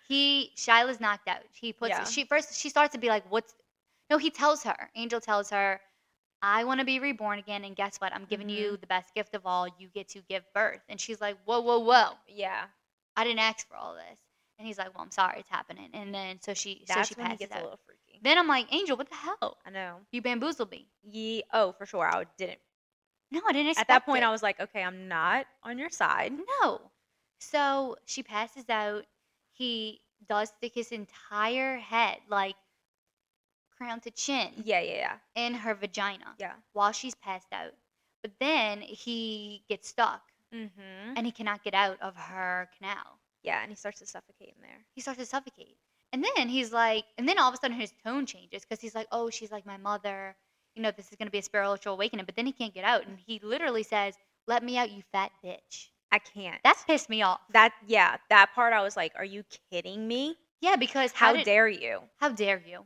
Speaker 2: he Shyla's knocked out. He puts
Speaker 1: Yeah.
Speaker 2: she first she starts to be like, "What's?" No, he tells her. Angel tells her, "I want to be reborn again, and guess what? I'm giving
Speaker 1: Mm-hmm.
Speaker 2: you the best gift of all. You get to give birth." And she's like, "Whoa, whoa, whoa!
Speaker 1: Yeah.
Speaker 2: I didn't ask for all this." And he's like, "Well, I'm sorry, it's happening." And then so she
Speaker 1: That's
Speaker 2: so she
Speaker 1: when he
Speaker 2: passes
Speaker 1: gets
Speaker 2: out.
Speaker 1: a little freaky.
Speaker 2: then I'm like, "Angel, what the hell?
Speaker 1: I know.
Speaker 2: You bamboozled me."
Speaker 1: Ye oh, for sure. I didn't
Speaker 2: No, I didn't.
Speaker 1: at
Speaker 2: Expect
Speaker 1: that point
Speaker 2: it.
Speaker 1: I was like, okay, I'm not on your side.
Speaker 2: No. So she passes out. He does stick his entire head, like crown to chin,
Speaker 1: Yeah, yeah, yeah.
Speaker 2: in her vagina
Speaker 1: Yeah.
Speaker 2: while she's passed out. But then he gets stuck
Speaker 1: Mm-hmm.
Speaker 2: and he cannot get out of her canal.
Speaker 1: Yeah, and he starts to suffocate in there.
Speaker 2: He starts to suffocate. And then he's like, and then all of a sudden his tone changes because he's like, oh, she's like my mother. You know, this is going to be a spiritual awakening. But then he can't get out. And he literally says, let me out, you fat bitch.
Speaker 1: I can't.
Speaker 2: That's pissed me off.
Speaker 1: that yeah, that part I was like, are you kidding me?
Speaker 2: Yeah, because
Speaker 1: How
Speaker 2: how did,
Speaker 1: dare you?
Speaker 2: How dare you?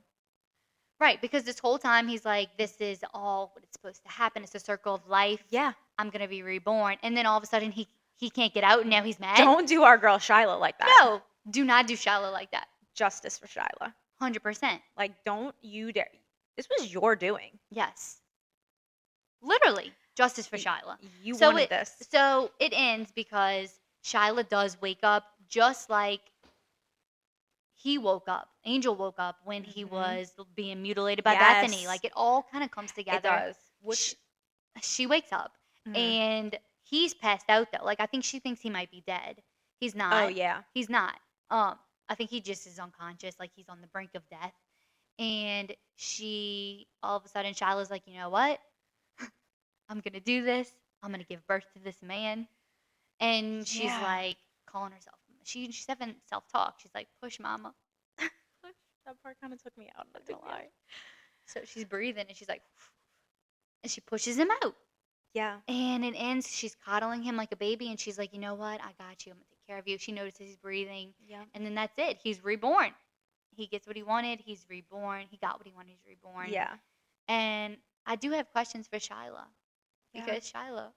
Speaker 2: Right, because this whole time he's like, this is all what it's supposed to happen. It's a circle of life.
Speaker 1: Yeah.
Speaker 2: I'm gonna be reborn. And then all of a sudden he he can't get out and now he's mad.
Speaker 1: Don't do our girl Shiloh like that.
Speaker 2: no, do not do Shiloh like that.
Speaker 1: Justice for Shiloh.
Speaker 2: Hundred percent.
Speaker 1: Like, don't you dare. This was your doing.
Speaker 2: Yes. Literally. Justice for
Speaker 1: Y-
Speaker 2: Shiloh.
Speaker 1: You
Speaker 2: So
Speaker 1: wanted
Speaker 2: it-
Speaker 1: this.
Speaker 2: So it ends because Shiloh does wake up just like he woke up. Angel woke up when he
Speaker 1: Mhm.
Speaker 2: was being mutilated by
Speaker 1: Yes.
Speaker 2: Bethany. Like it all kind of comes together.
Speaker 1: It does.
Speaker 2: Sh-
Speaker 1: Which
Speaker 2: she wakes up
Speaker 1: Mhm.
Speaker 2: and he's passed out though. Like I think she thinks he might be dead. He's not.
Speaker 1: oh yeah,
Speaker 2: He's not. Um, I think he just is unconscious. Like he's on the brink of death. And she, all of a sudden, Shiloh's like, you know what? I'm gonna do this. I'm gonna give birth to this man. And she's
Speaker 1: Yeah.
Speaker 2: like calling herself. She she's having self talk. She's like, push, mama.
Speaker 1: that part kind of took me out. I'm not
Speaker 2: Took
Speaker 1: gonna
Speaker 2: me out.
Speaker 1: lie.
Speaker 2: So she's breathing and she's like, and she pushes him out.
Speaker 1: Yeah,
Speaker 2: And it ends. She's coddling him like a baby, and she's like, "You know what? I got you. I'm gonna take care of you." She notices he's breathing,
Speaker 1: yeah.
Speaker 2: and then that's it. He's reborn. He gets what he wanted. He's reborn. He got what he wanted. He's reborn.
Speaker 1: Yeah.
Speaker 2: And I do have questions for Shyla
Speaker 1: Yeah.
Speaker 2: because Shyla,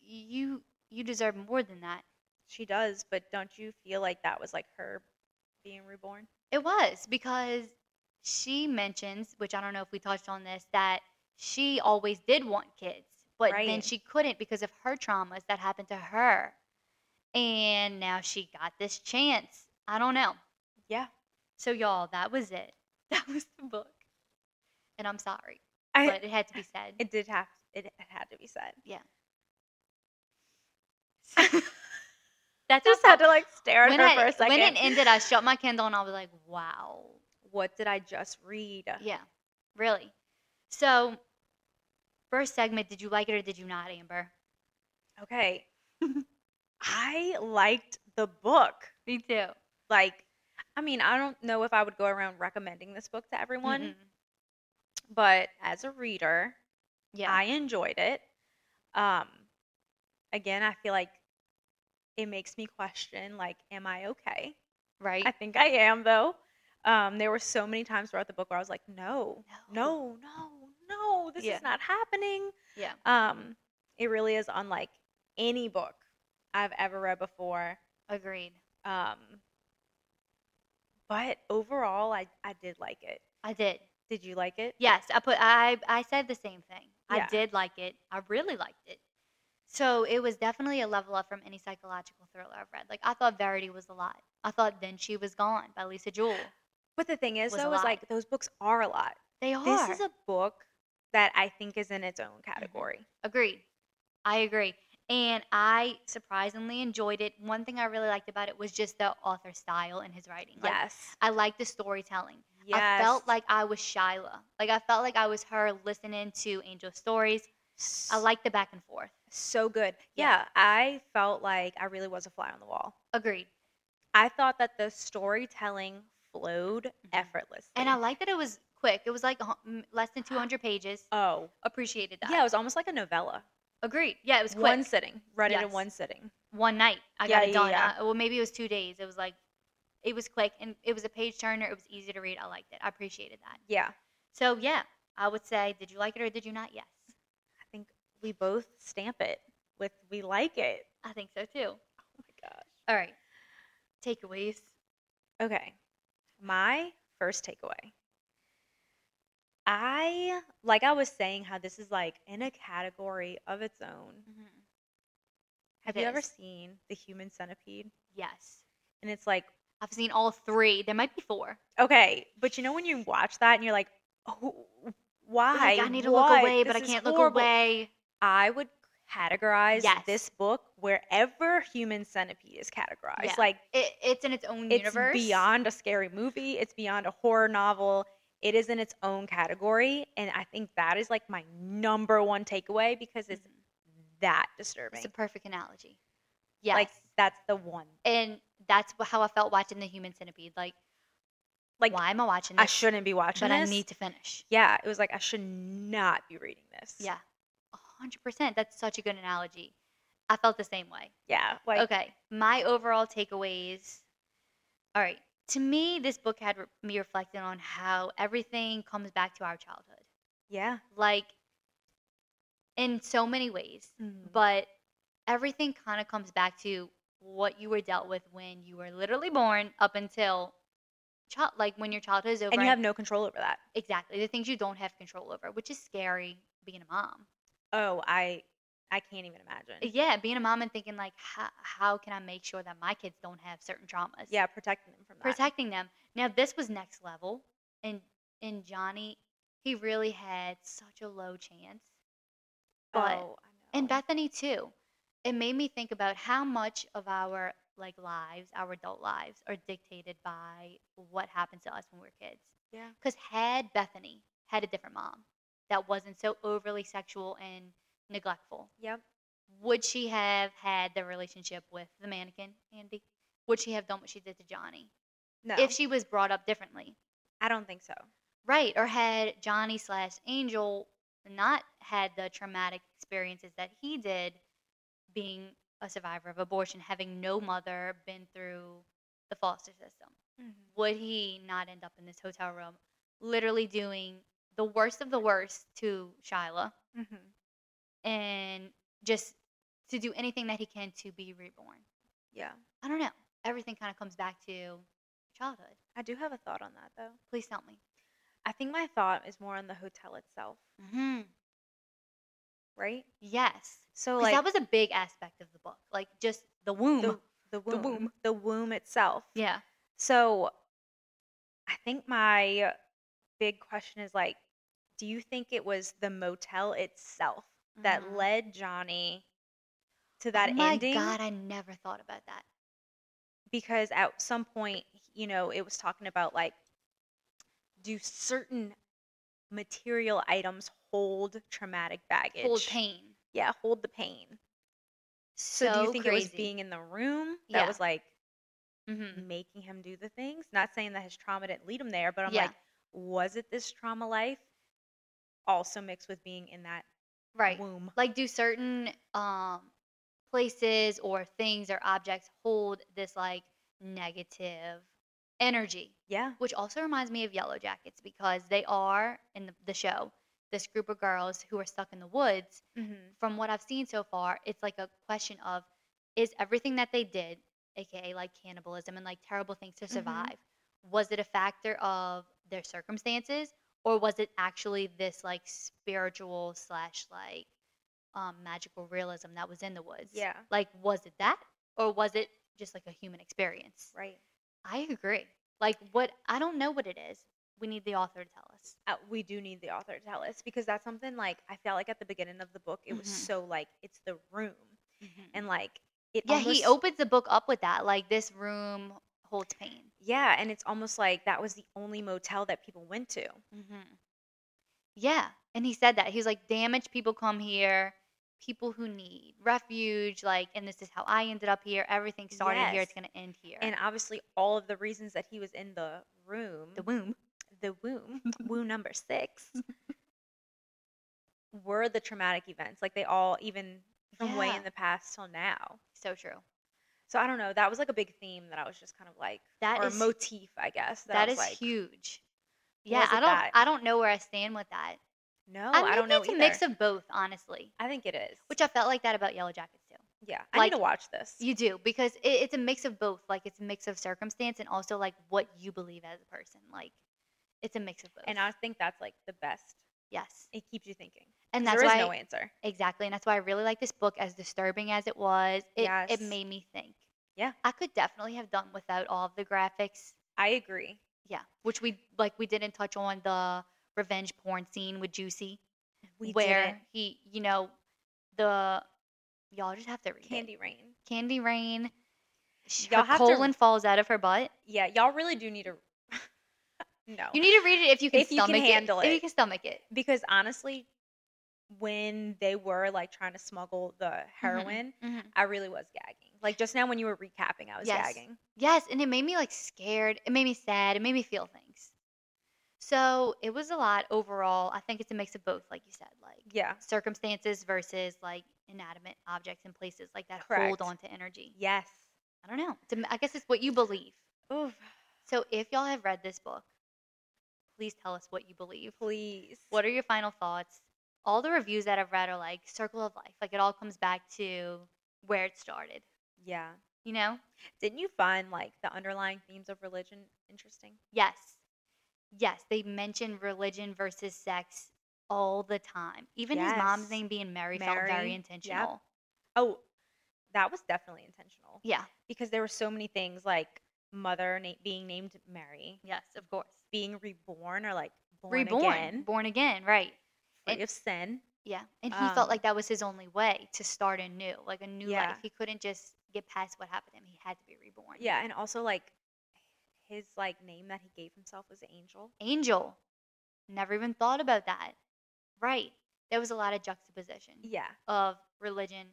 Speaker 2: you you deserve more than that.
Speaker 1: she does, but don't you feel like that was like her being reborn?
Speaker 2: It was because she mentions, which I don't know if we touched on this, that she always did want kids, but then
Speaker 1: Right.
Speaker 2: she couldn't because of her traumas that happened to her. And now she got this chance. I don't know.
Speaker 1: Yeah.
Speaker 2: So, y'all, that was it. That was the book. and I'm sorry,
Speaker 1: I,
Speaker 2: but it had to be said.
Speaker 1: it did have it, it had to be said.
Speaker 2: That's
Speaker 1: Just
Speaker 2: how-
Speaker 1: had to like stare at
Speaker 2: when,
Speaker 1: her
Speaker 2: I-
Speaker 1: for a second.
Speaker 2: when it ended, I shut my Kindle and I was like, wow.
Speaker 1: what did I just read?
Speaker 2: Yeah, really. So, first segment, did you like it or did you not, Amber?
Speaker 1: Okay. I liked the book.
Speaker 2: Me too.
Speaker 1: Like, I mean, I don't know if I would go around recommending this book to everyone,
Speaker 2: One.
Speaker 1: but as a reader,
Speaker 2: Yeah.
Speaker 1: I enjoyed it. Um, again, I feel like it makes me question, like, am I okay?
Speaker 2: right.
Speaker 1: I think I am, though. Um, there were so many times throughout the book where I was like, no, no, no, no, this
Speaker 2: Yeah.
Speaker 1: is not happening.
Speaker 2: Yeah.
Speaker 1: Um, it really is unlike any book I've ever read before.
Speaker 2: Agreed.
Speaker 1: Um, but overall, I, I did like it.
Speaker 2: I did.
Speaker 1: Did you like it?
Speaker 2: Yes, I put I I said the same thing.
Speaker 1: Yeah.
Speaker 2: I did like it. I really liked it. So it was definitely a level up from any psychological thriller I've read. Like I thought Verity was a lot. I thought Then She Was Gone by Lisa Jewell.
Speaker 1: But the thing is,
Speaker 2: Was a
Speaker 1: though, is
Speaker 2: lot.
Speaker 1: like those books are a lot.
Speaker 2: They are Mm-hmm.
Speaker 1: This is a book that I think is in its own category.
Speaker 2: agreed. I agree. And I surprisingly enjoyed it. One thing I really liked about it was just the author style and his writing. Like,
Speaker 1: yes.
Speaker 2: I liked the storytelling.
Speaker 1: Yes.
Speaker 2: I felt like I was Shyla. Like I felt like I was her listening to Angel's stories. I liked the back and forth.
Speaker 1: so good.
Speaker 2: Yeah.
Speaker 1: yeah, I felt like I really was a fly on the wall.
Speaker 2: Agreed.
Speaker 1: I thought that the storytelling flowed effortlessly.
Speaker 2: Mm-hmm. And I like that it was quick. It was like a hu- m- less than 200 pages.
Speaker 1: oh
Speaker 2: Appreciated that.
Speaker 1: yeah, it was almost like a novella.
Speaker 2: agreed. Yeah, it was quick.
Speaker 1: One
Speaker 2: One,
Speaker 1: sitting, read it in
Speaker 2: Yes.
Speaker 1: one sitting.
Speaker 2: night, I
Speaker 1: Yeah,
Speaker 2: got it
Speaker 1: yeah,
Speaker 2: done.
Speaker 1: yeah.
Speaker 2: I- well, maybe it was two days. It was like, it was quick, and it was a page turner. It was easy to read. I liked it. I appreciated that.
Speaker 1: Yeah,
Speaker 2: So yeah, I would say, did you like it or did you not? Yes,
Speaker 1: I think we both stamp it with we like it.
Speaker 2: I think so too.
Speaker 1: Oh my gosh.
Speaker 2: All right, takeaways.
Speaker 1: Okay, my first takeaway. I like I was saying how this is like in a category of its own.
Speaker 2: Mm-hmm.
Speaker 1: Have
Speaker 2: It
Speaker 1: you ever
Speaker 2: is.
Speaker 1: seen the Human Centipede?
Speaker 2: Yes,
Speaker 1: And it's like
Speaker 2: I've seen all three. There might be four.
Speaker 1: Okay, but you know when you watch that and you're like, oh, why?
Speaker 2: Like, I need to
Speaker 1: Why?
Speaker 2: look away, but
Speaker 1: This
Speaker 2: I
Speaker 1: is
Speaker 2: can't look
Speaker 1: horrible."
Speaker 2: away.
Speaker 1: I would categorize
Speaker 2: Yes.
Speaker 1: this book wherever Human Centipede is categorized.
Speaker 2: Yeah.
Speaker 1: Like
Speaker 2: It, it's in its own
Speaker 1: it's
Speaker 2: universe.
Speaker 1: beyond a scary movie. It's beyond a horror novel. It is in its own category, and I think that is like my number one takeaway because it's
Speaker 2: Mhm.
Speaker 1: that disturbing.
Speaker 2: It's a perfect analogy. Yes.
Speaker 1: Like that's the one.
Speaker 2: and that's wh- how I felt watching The Human Centipede. Like,
Speaker 1: Like
Speaker 2: why am I watching this?
Speaker 1: I shouldn't be watching
Speaker 2: But I
Speaker 1: this.
Speaker 2: need to finish.
Speaker 1: yeah, it was like I should not be reading this.
Speaker 2: Yeah. a 100%. That's such a good analogy. I felt the same way.
Speaker 1: yeah. Like
Speaker 2: okay. My overall takeaways. All right. To me, this book had re- me reflecting on how everything comes back to our childhood.
Speaker 1: yeah.
Speaker 2: Like, in so many ways.
Speaker 1: Mhm.
Speaker 2: but everything kind of comes back to what you were dealt with when you were literally born up until child like when your childhood is over
Speaker 1: and you have no control over that.
Speaker 2: exactly the things you don't have control over which is scary being a mom
Speaker 1: Oh, I I can't even imagine.
Speaker 2: yeah being a mom and thinking like how, how can i make sure that my kids don't have certain traumas
Speaker 1: Yeah, protecting them from that.
Speaker 2: protecting them now this was next level and and johnny he really had such a low chance but
Speaker 1: oh, I know.
Speaker 2: And Bethany too. It made me think about how much of our like lives, our adult lives, are dictated by what happened to us when we were kids.
Speaker 1: Yeah.
Speaker 2: Because had Bethany had a different mom that wasn't so overly sexual and neglectful,
Speaker 1: Yep.
Speaker 2: would she have had the relationship with the mannequin, Andy? Would she have done what she did to Johnny
Speaker 1: No.
Speaker 2: if she was brought up differently?
Speaker 1: I don't think so.
Speaker 2: Right. Or had Johnny slash Angel not had the traumatic experiences that he did being a survivor of abortion, having no mother, been through the foster system? Would he not end up in this hotel room, literally doing the worst of the worst to Shyla
Speaker 1: Mm-hmm.
Speaker 2: and just to do anything that he can to be reborn?
Speaker 1: Yeah.
Speaker 2: I don't know. Everything kind of comes back to childhood.
Speaker 1: I do have a thought on that though.
Speaker 2: Please tell me.
Speaker 1: I think my thought is more on the hotel itself,
Speaker 2: hmm
Speaker 1: right?
Speaker 2: Yes.
Speaker 1: So
Speaker 2: 'Cause
Speaker 1: like
Speaker 2: that was a big aspect of the book, like just the womb.
Speaker 1: the, the womb,
Speaker 2: womb.
Speaker 1: the womb itself.
Speaker 2: yeah,
Speaker 1: So I think my big question is like do you think it was the motel itself that
Speaker 2: Mhm.
Speaker 1: led Johnny to that
Speaker 2: oh my
Speaker 1: ending?
Speaker 2: God, I never thought about that.
Speaker 1: Because at some point, you know, it was talking about like, do certain material items hold traumatic baggage?
Speaker 2: Full pain.
Speaker 1: Yeah, hold the pain. So, do you think it was being in the room that
Speaker 2: Yeah.
Speaker 1: was like
Speaker 2: Mm-hmm.
Speaker 1: making him do the things? Not saying that his trauma didn't lead him there, but I'm
Speaker 2: Yeah.
Speaker 1: like, was it this trauma life also mixed with being in that
Speaker 2: Right.
Speaker 1: womb?
Speaker 2: Like, do certain um, places or things or objects hold this like negative energy?
Speaker 1: Yeah.
Speaker 2: Which also reminds me of Yellow Jackets because they are in the, the show this group of girls who are stuck in the woods.
Speaker 1: Mm-hmm.
Speaker 2: From what I've seen so far, it's like a question of is everything that they did, aka like cannibalism and like terrible things
Speaker 1: Mm-hmm.
Speaker 2: to survive, was it a factor of their circumstances or was it actually this like spiritual slash like um, magical realism that was in the woods?
Speaker 1: Yeah.
Speaker 2: Like, was it that or was it just like a human experience?
Speaker 1: Right.
Speaker 2: I agree. Like what I don't know what it is. We need the author to tell us.
Speaker 1: Uh, we do need the author to tell us because that's something like I felt like at the beginning of the book it was
Speaker 2: Mhm.
Speaker 1: so like it's the room Mm-hmm. and like it
Speaker 2: yeah,
Speaker 1: almost-
Speaker 2: he opens the book up with that. Like this room holds pain.
Speaker 1: yeah and it's almost like that was the only motel that people went to
Speaker 2: Mm-hmm. Yeah, and he said that he was like, "Damaged people come here, people who need refuge. Like, and this is how I ended up here. Everything started here. It's
Speaker 1: Yes.
Speaker 2: gonna end here.
Speaker 1: and obviously all of the reasons that he was in the room
Speaker 2: the womb.
Speaker 1: the womb, womb number six, were the traumatic events. Like they all, even from way
Speaker 2: Yeah.
Speaker 1: in the past till now.
Speaker 2: So true.
Speaker 1: So I don't know. That was like a big theme that I was just kind of like,
Speaker 2: That
Speaker 1: or
Speaker 2: is
Speaker 1: motif, I guess. That, I
Speaker 2: that
Speaker 1: was
Speaker 2: is
Speaker 1: like,
Speaker 2: huge. Yeah,
Speaker 1: was
Speaker 2: I
Speaker 1: it
Speaker 2: don't.
Speaker 1: that-
Speaker 2: I don't know where I stand with that.
Speaker 1: No,
Speaker 2: I,
Speaker 1: I, don't
Speaker 2: think
Speaker 1: know
Speaker 2: It's
Speaker 1: either.
Speaker 2: a mix of both, honestly.
Speaker 1: I think it is.
Speaker 2: Which I felt like that about Yellow Jackets too.
Speaker 1: yeah, I
Speaker 2: like,
Speaker 1: need to watch this.
Speaker 2: You do because it, it's a mix of both. Like it's a mix of circumstance and also like what you believe as a person. Like it's a mix of both.
Speaker 1: and I think that's like the best.
Speaker 2: yes,
Speaker 1: It keeps you thinking.
Speaker 2: and
Speaker 1: 'Cause
Speaker 2: that's
Speaker 1: there
Speaker 2: why
Speaker 1: is no answer.
Speaker 2: exactly, and that's why I really like this book. As disturbing as it was, it
Speaker 1: Yes.
Speaker 2: it made me think.
Speaker 1: Yeah.
Speaker 2: I could definitely have done without all of the graphics.
Speaker 1: I agree.
Speaker 2: Yeah, which we like we didn't touch on the revenge porn scene with Juicy,
Speaker 1: We
Speaker 2: where
Speaker 1: didn't.
Speaker 2: he, you know, the y'all just have to read it.
Speaker 1: Candy Rain.
Speaker 2: Candy Rain. sh-
Speaker 1: Y'all
Speaker 2: her
Speaker 1: have to-
Speaker 2: colon falls out of her butt.
Speaker 1: Yeah, y'all really do need to. no.
Speaker 2: You need to read it if you can
Speaker 1: If you can
Speaker 2: stomach it.
Speaker 1: handle
Speaker 2: If
Speaker 1: it.
Speaker 2: you can stomach it.
Speaker 1: because honestly when they were like trying to smuggle the
Speaker 2: Mm-hmm.
Speaker 1: heroin i really was gagging like just now when you were recapping i was
Speaker 2: Yes.
Speaker 1: gagging
Speaker 2: Yes, and it made me like scared. It made me sad. It made me feel things. So it was a lot overall. I think it's a mix of both, like you said, like
Speaker 1: yeah
Speaker 2: circumstances versus like inanimate objects and places like that
Speaker 1: Correct.
Speaker 2: hold on to energy.
Speaker 1: yes
Speaker 2: I don't know. It's a- I guess it's what you believe.
Speaker 1: Oof,
Speaker 2: So if y'all have read this book, please tell us what you believe.
Speaker 1: please
Speaker 2: What are your final thoughts? All the reviews that I've read are like circle of life. Like it all comes back to where it started,
Speaker 1: yeah
Speaker 2: you know?
Speaker 1: didn't you find like the underlying themes of religion interesting
Speaker 2: Yes. Yes, they mention religion versus sex all the time. Even his
Speaker 1: Yes.
Speaker 2: mom's name being Mary, felt
Speaker 1: Mary,
Speaker 2: very
Speaker 1: yep.
Speaker 2: intentional.
Speaker 1: oh that was definitely intentional
Speaker 2: Yeah.
Speaker 1: because there were so many things like mother na- being named mary
Speaker 2: Yes, of course.
Speaker 1: being reborn or like born
Speaker 2: Reborn.
Speaker 1: again
Speaker 2: Born again, right.
Speaker 1: free
Speaker 2: And-
Speaker 1: of sin
Speaker 2: Yeah. And he
Speaker 1: Um,
Speaker 2: felt like that was his only way to start anew, like a new
Speaker 1: Yeah.
Speaker 2: life. He couldn't just get past what happened to him. He had to be reborn.
Speaker 1: yeah and also like his like name that he gave himself was angel
Speaker 2: Angel. Never even thought about that. Right. There was a lot of juxtaposition.
Speaker 1: Yeah.
Speaker 2: of religion,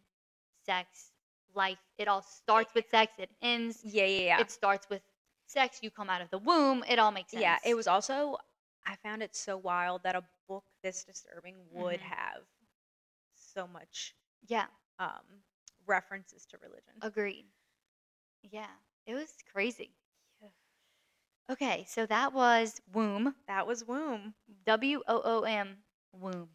Speaker 2: sex, life. It all starts with sex, it ends.
Speaker 1: Yeah, yeah, yeah.
Speaker 2: It starts with sex, you come out of the womb, it all makes sense.
Speaker 1: yeah, it was also I found it so wild that a book this disturbing would
Speaker 2: Mhm.
Speaker 1: have so much
Speaker 2: Yeah,
Speaker 1: um references to religion.
Speaker 2: agreed. Yeah, it was crazy.
Speaker 1: Yeah.
Speaker 2: Okay, so that was womb,
Speaker 1: That was womb.
Speaker 2: W O O M, womb.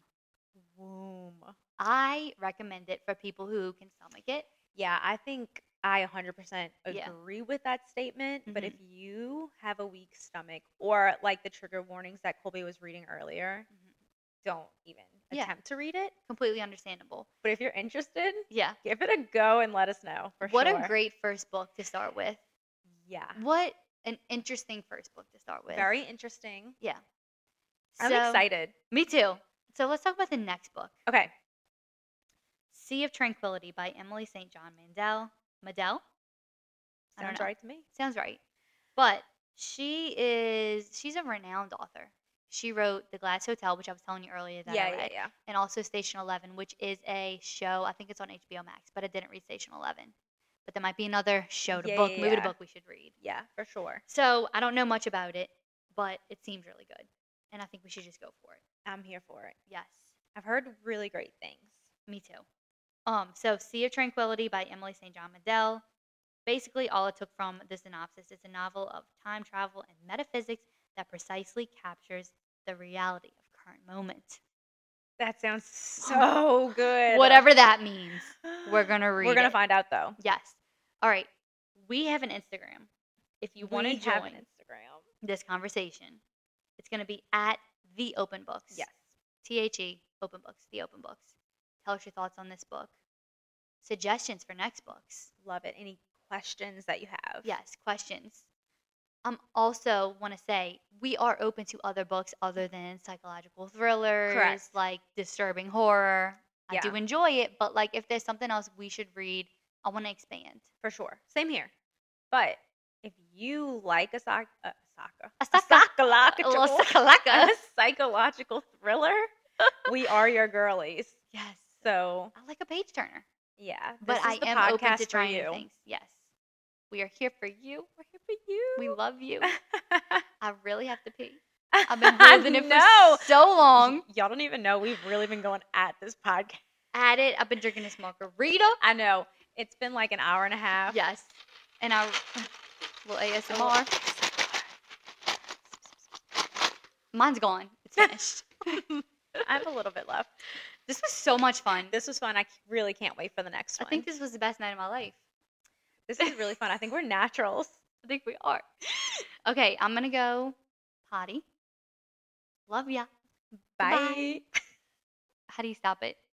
Speaker 1: Womb.
Speaker 2: I recommend it for people who can stomach it.
Speaker 1: Yeah, I think I 100%
Speaker 2: Yeah. Mm-hmm.
Speaker 1: agree with that statement, but if you have a weak stomach or like the trigger warnings that Colby was reading earlier,
Speaker 2: Mhm.
Speaker 1: don't even
Speaker 2: Yeah.
Speaker 1: attempt to read it.
Speaker 2: Completely understandable.
Speaker 1: But if you're interested,
Speaker 2: Yeah.
Speaker 1: give it a go and let us know for
Speaker 2: what
Speaker 1: sure.
Speaker 2: a great first book to start with.
Speaker 1: Yeah.
Speaker 2: What an interesting first book to start with.
Speaker 1: Very interesting.
Speaker 2: Yeah.
Speaker 1: I'm
Speaker 2: So-
Speaker 1: excited.
Speaker 2: Me too. So let's talk about the next book,
Speaker 1: Okay.
Speaker 2: Sea of Tranquility by Emily St. John Mandel. Mandel? I don't
Speaker 1: Sounds
Speaker 2: know.
Speaker 1: right to me.
Speaker 2: Sounds right. But she is she's a renowned author. She wrote The Glass Hotel, which I was telling you earlier that
Speaker 1: yeah,
Speaker 2: I
Speaker 1: yeah,
Speaker 2: read,
Speaker 1: yeah.
Speaker 2: and also Station Eleven, which is a show. I think it's on HBO Max, but I didn't read Station Eleven. But there might be another show to
Speaker 1: Yeah,
Speaker 2: book,
Speaker 1: yeah,
Speaker 2: movie to
Speaker 1: yeah.
Speaker 2: book we should read.
Speaker 1: Yeah, for sure.
Speaker 2: So I don't know much about it, but it seems really good, and I think we should just go for it.
Speaker 1: I'm here for it.
Speaker 2: Yes,
Speaker 1: I've heard really great things.
Speaker 2: me too. Um, so Sea of Tranquility by Emily St. John Mandel. Basically, all it took from the synopsis is a novel of time travel and metaphysics that precisely captures the reality of current moment,
Speaker 1: That sounds so good.
Speaker 2: whatever that means. We're gonna read.
Speaker 1: We're gonna
Speaker 2: it.
Speaker 1: find out though.
Speaker 2: Yes. All right. We have an Instagram. If you want to
Speaker 1: We have an
Speaker 2: join
Speaker 1: Instagram.
Speaker 2: this conversation, it's going to be at the Open Books.
Speaker 1: Yes.
Speaker 2: T H E Open Books. The Open Books. Tell us your thoughts on this book. Suggestions for next books.
Speaker 1: Love it. Any questions that you have?
Speaker 2: Yes. Questions. Um. Also, want to say we are open to other books other than psychological thrillers,
Speaker 1: Correct.
Speaker 2: like disturbing horror. I
Speaker 1: Yeah.
Speaker 2: do enjoy it, but like if there's something else we should read, I want to expand.
Speaker 1: For sure. Same here. But if you like a sock a soccer.
Speaker 2: A
Speaker 1: psychological a
Speaker 2: Lasakalaka.
Speaker 1: psychological thriller, we are your girlies.
Speaker 2: Yes.
Speaker 1: So
Speaker 2: I like a page turner.
Speaker 1: yeah.
Speaker 2: But
Speaker 1: this
Speaker 2: I
Speaker 1: is the
Speaker 2: am
Speaker 1: podcast
Speaker 2: open to
Speaker 1: for
Speaker 2: trying
Speaker 1: you.
Speaker 2: new things. Yes. We are here for you.
Speaker 1: We're here for you.
Speaker 2: We love you. I really have to pee. I've
Speaker 1: I've
Speaker 2: been holding it for so long.
Speaker 1: Y'all don't even know we've really been going at this podcast.
Speaker 2: At it. I've been drinking this margarita.
Speaker 1: I know. It's been like an hour and a half.
Speaker 2: Yes. And I little ASMR. Oh. Mine's gone. It's finished.
Speaker 1: I have a little bit left.
Speaker 2: this was so much fun.
Speaker 1: This was fun. I c- really can't wait for the next
Speaker 2: I
Speaker 1: one.
Speaker 2: think this was the best night of my life.
Speaker 1: this is really fun. I think we're naturals.
Speaker 2: I think we are. Okay, I'm gonna go potty. Love ya. Bye.
Speaker 1: Bye.
Speaker 2: How do you stop it?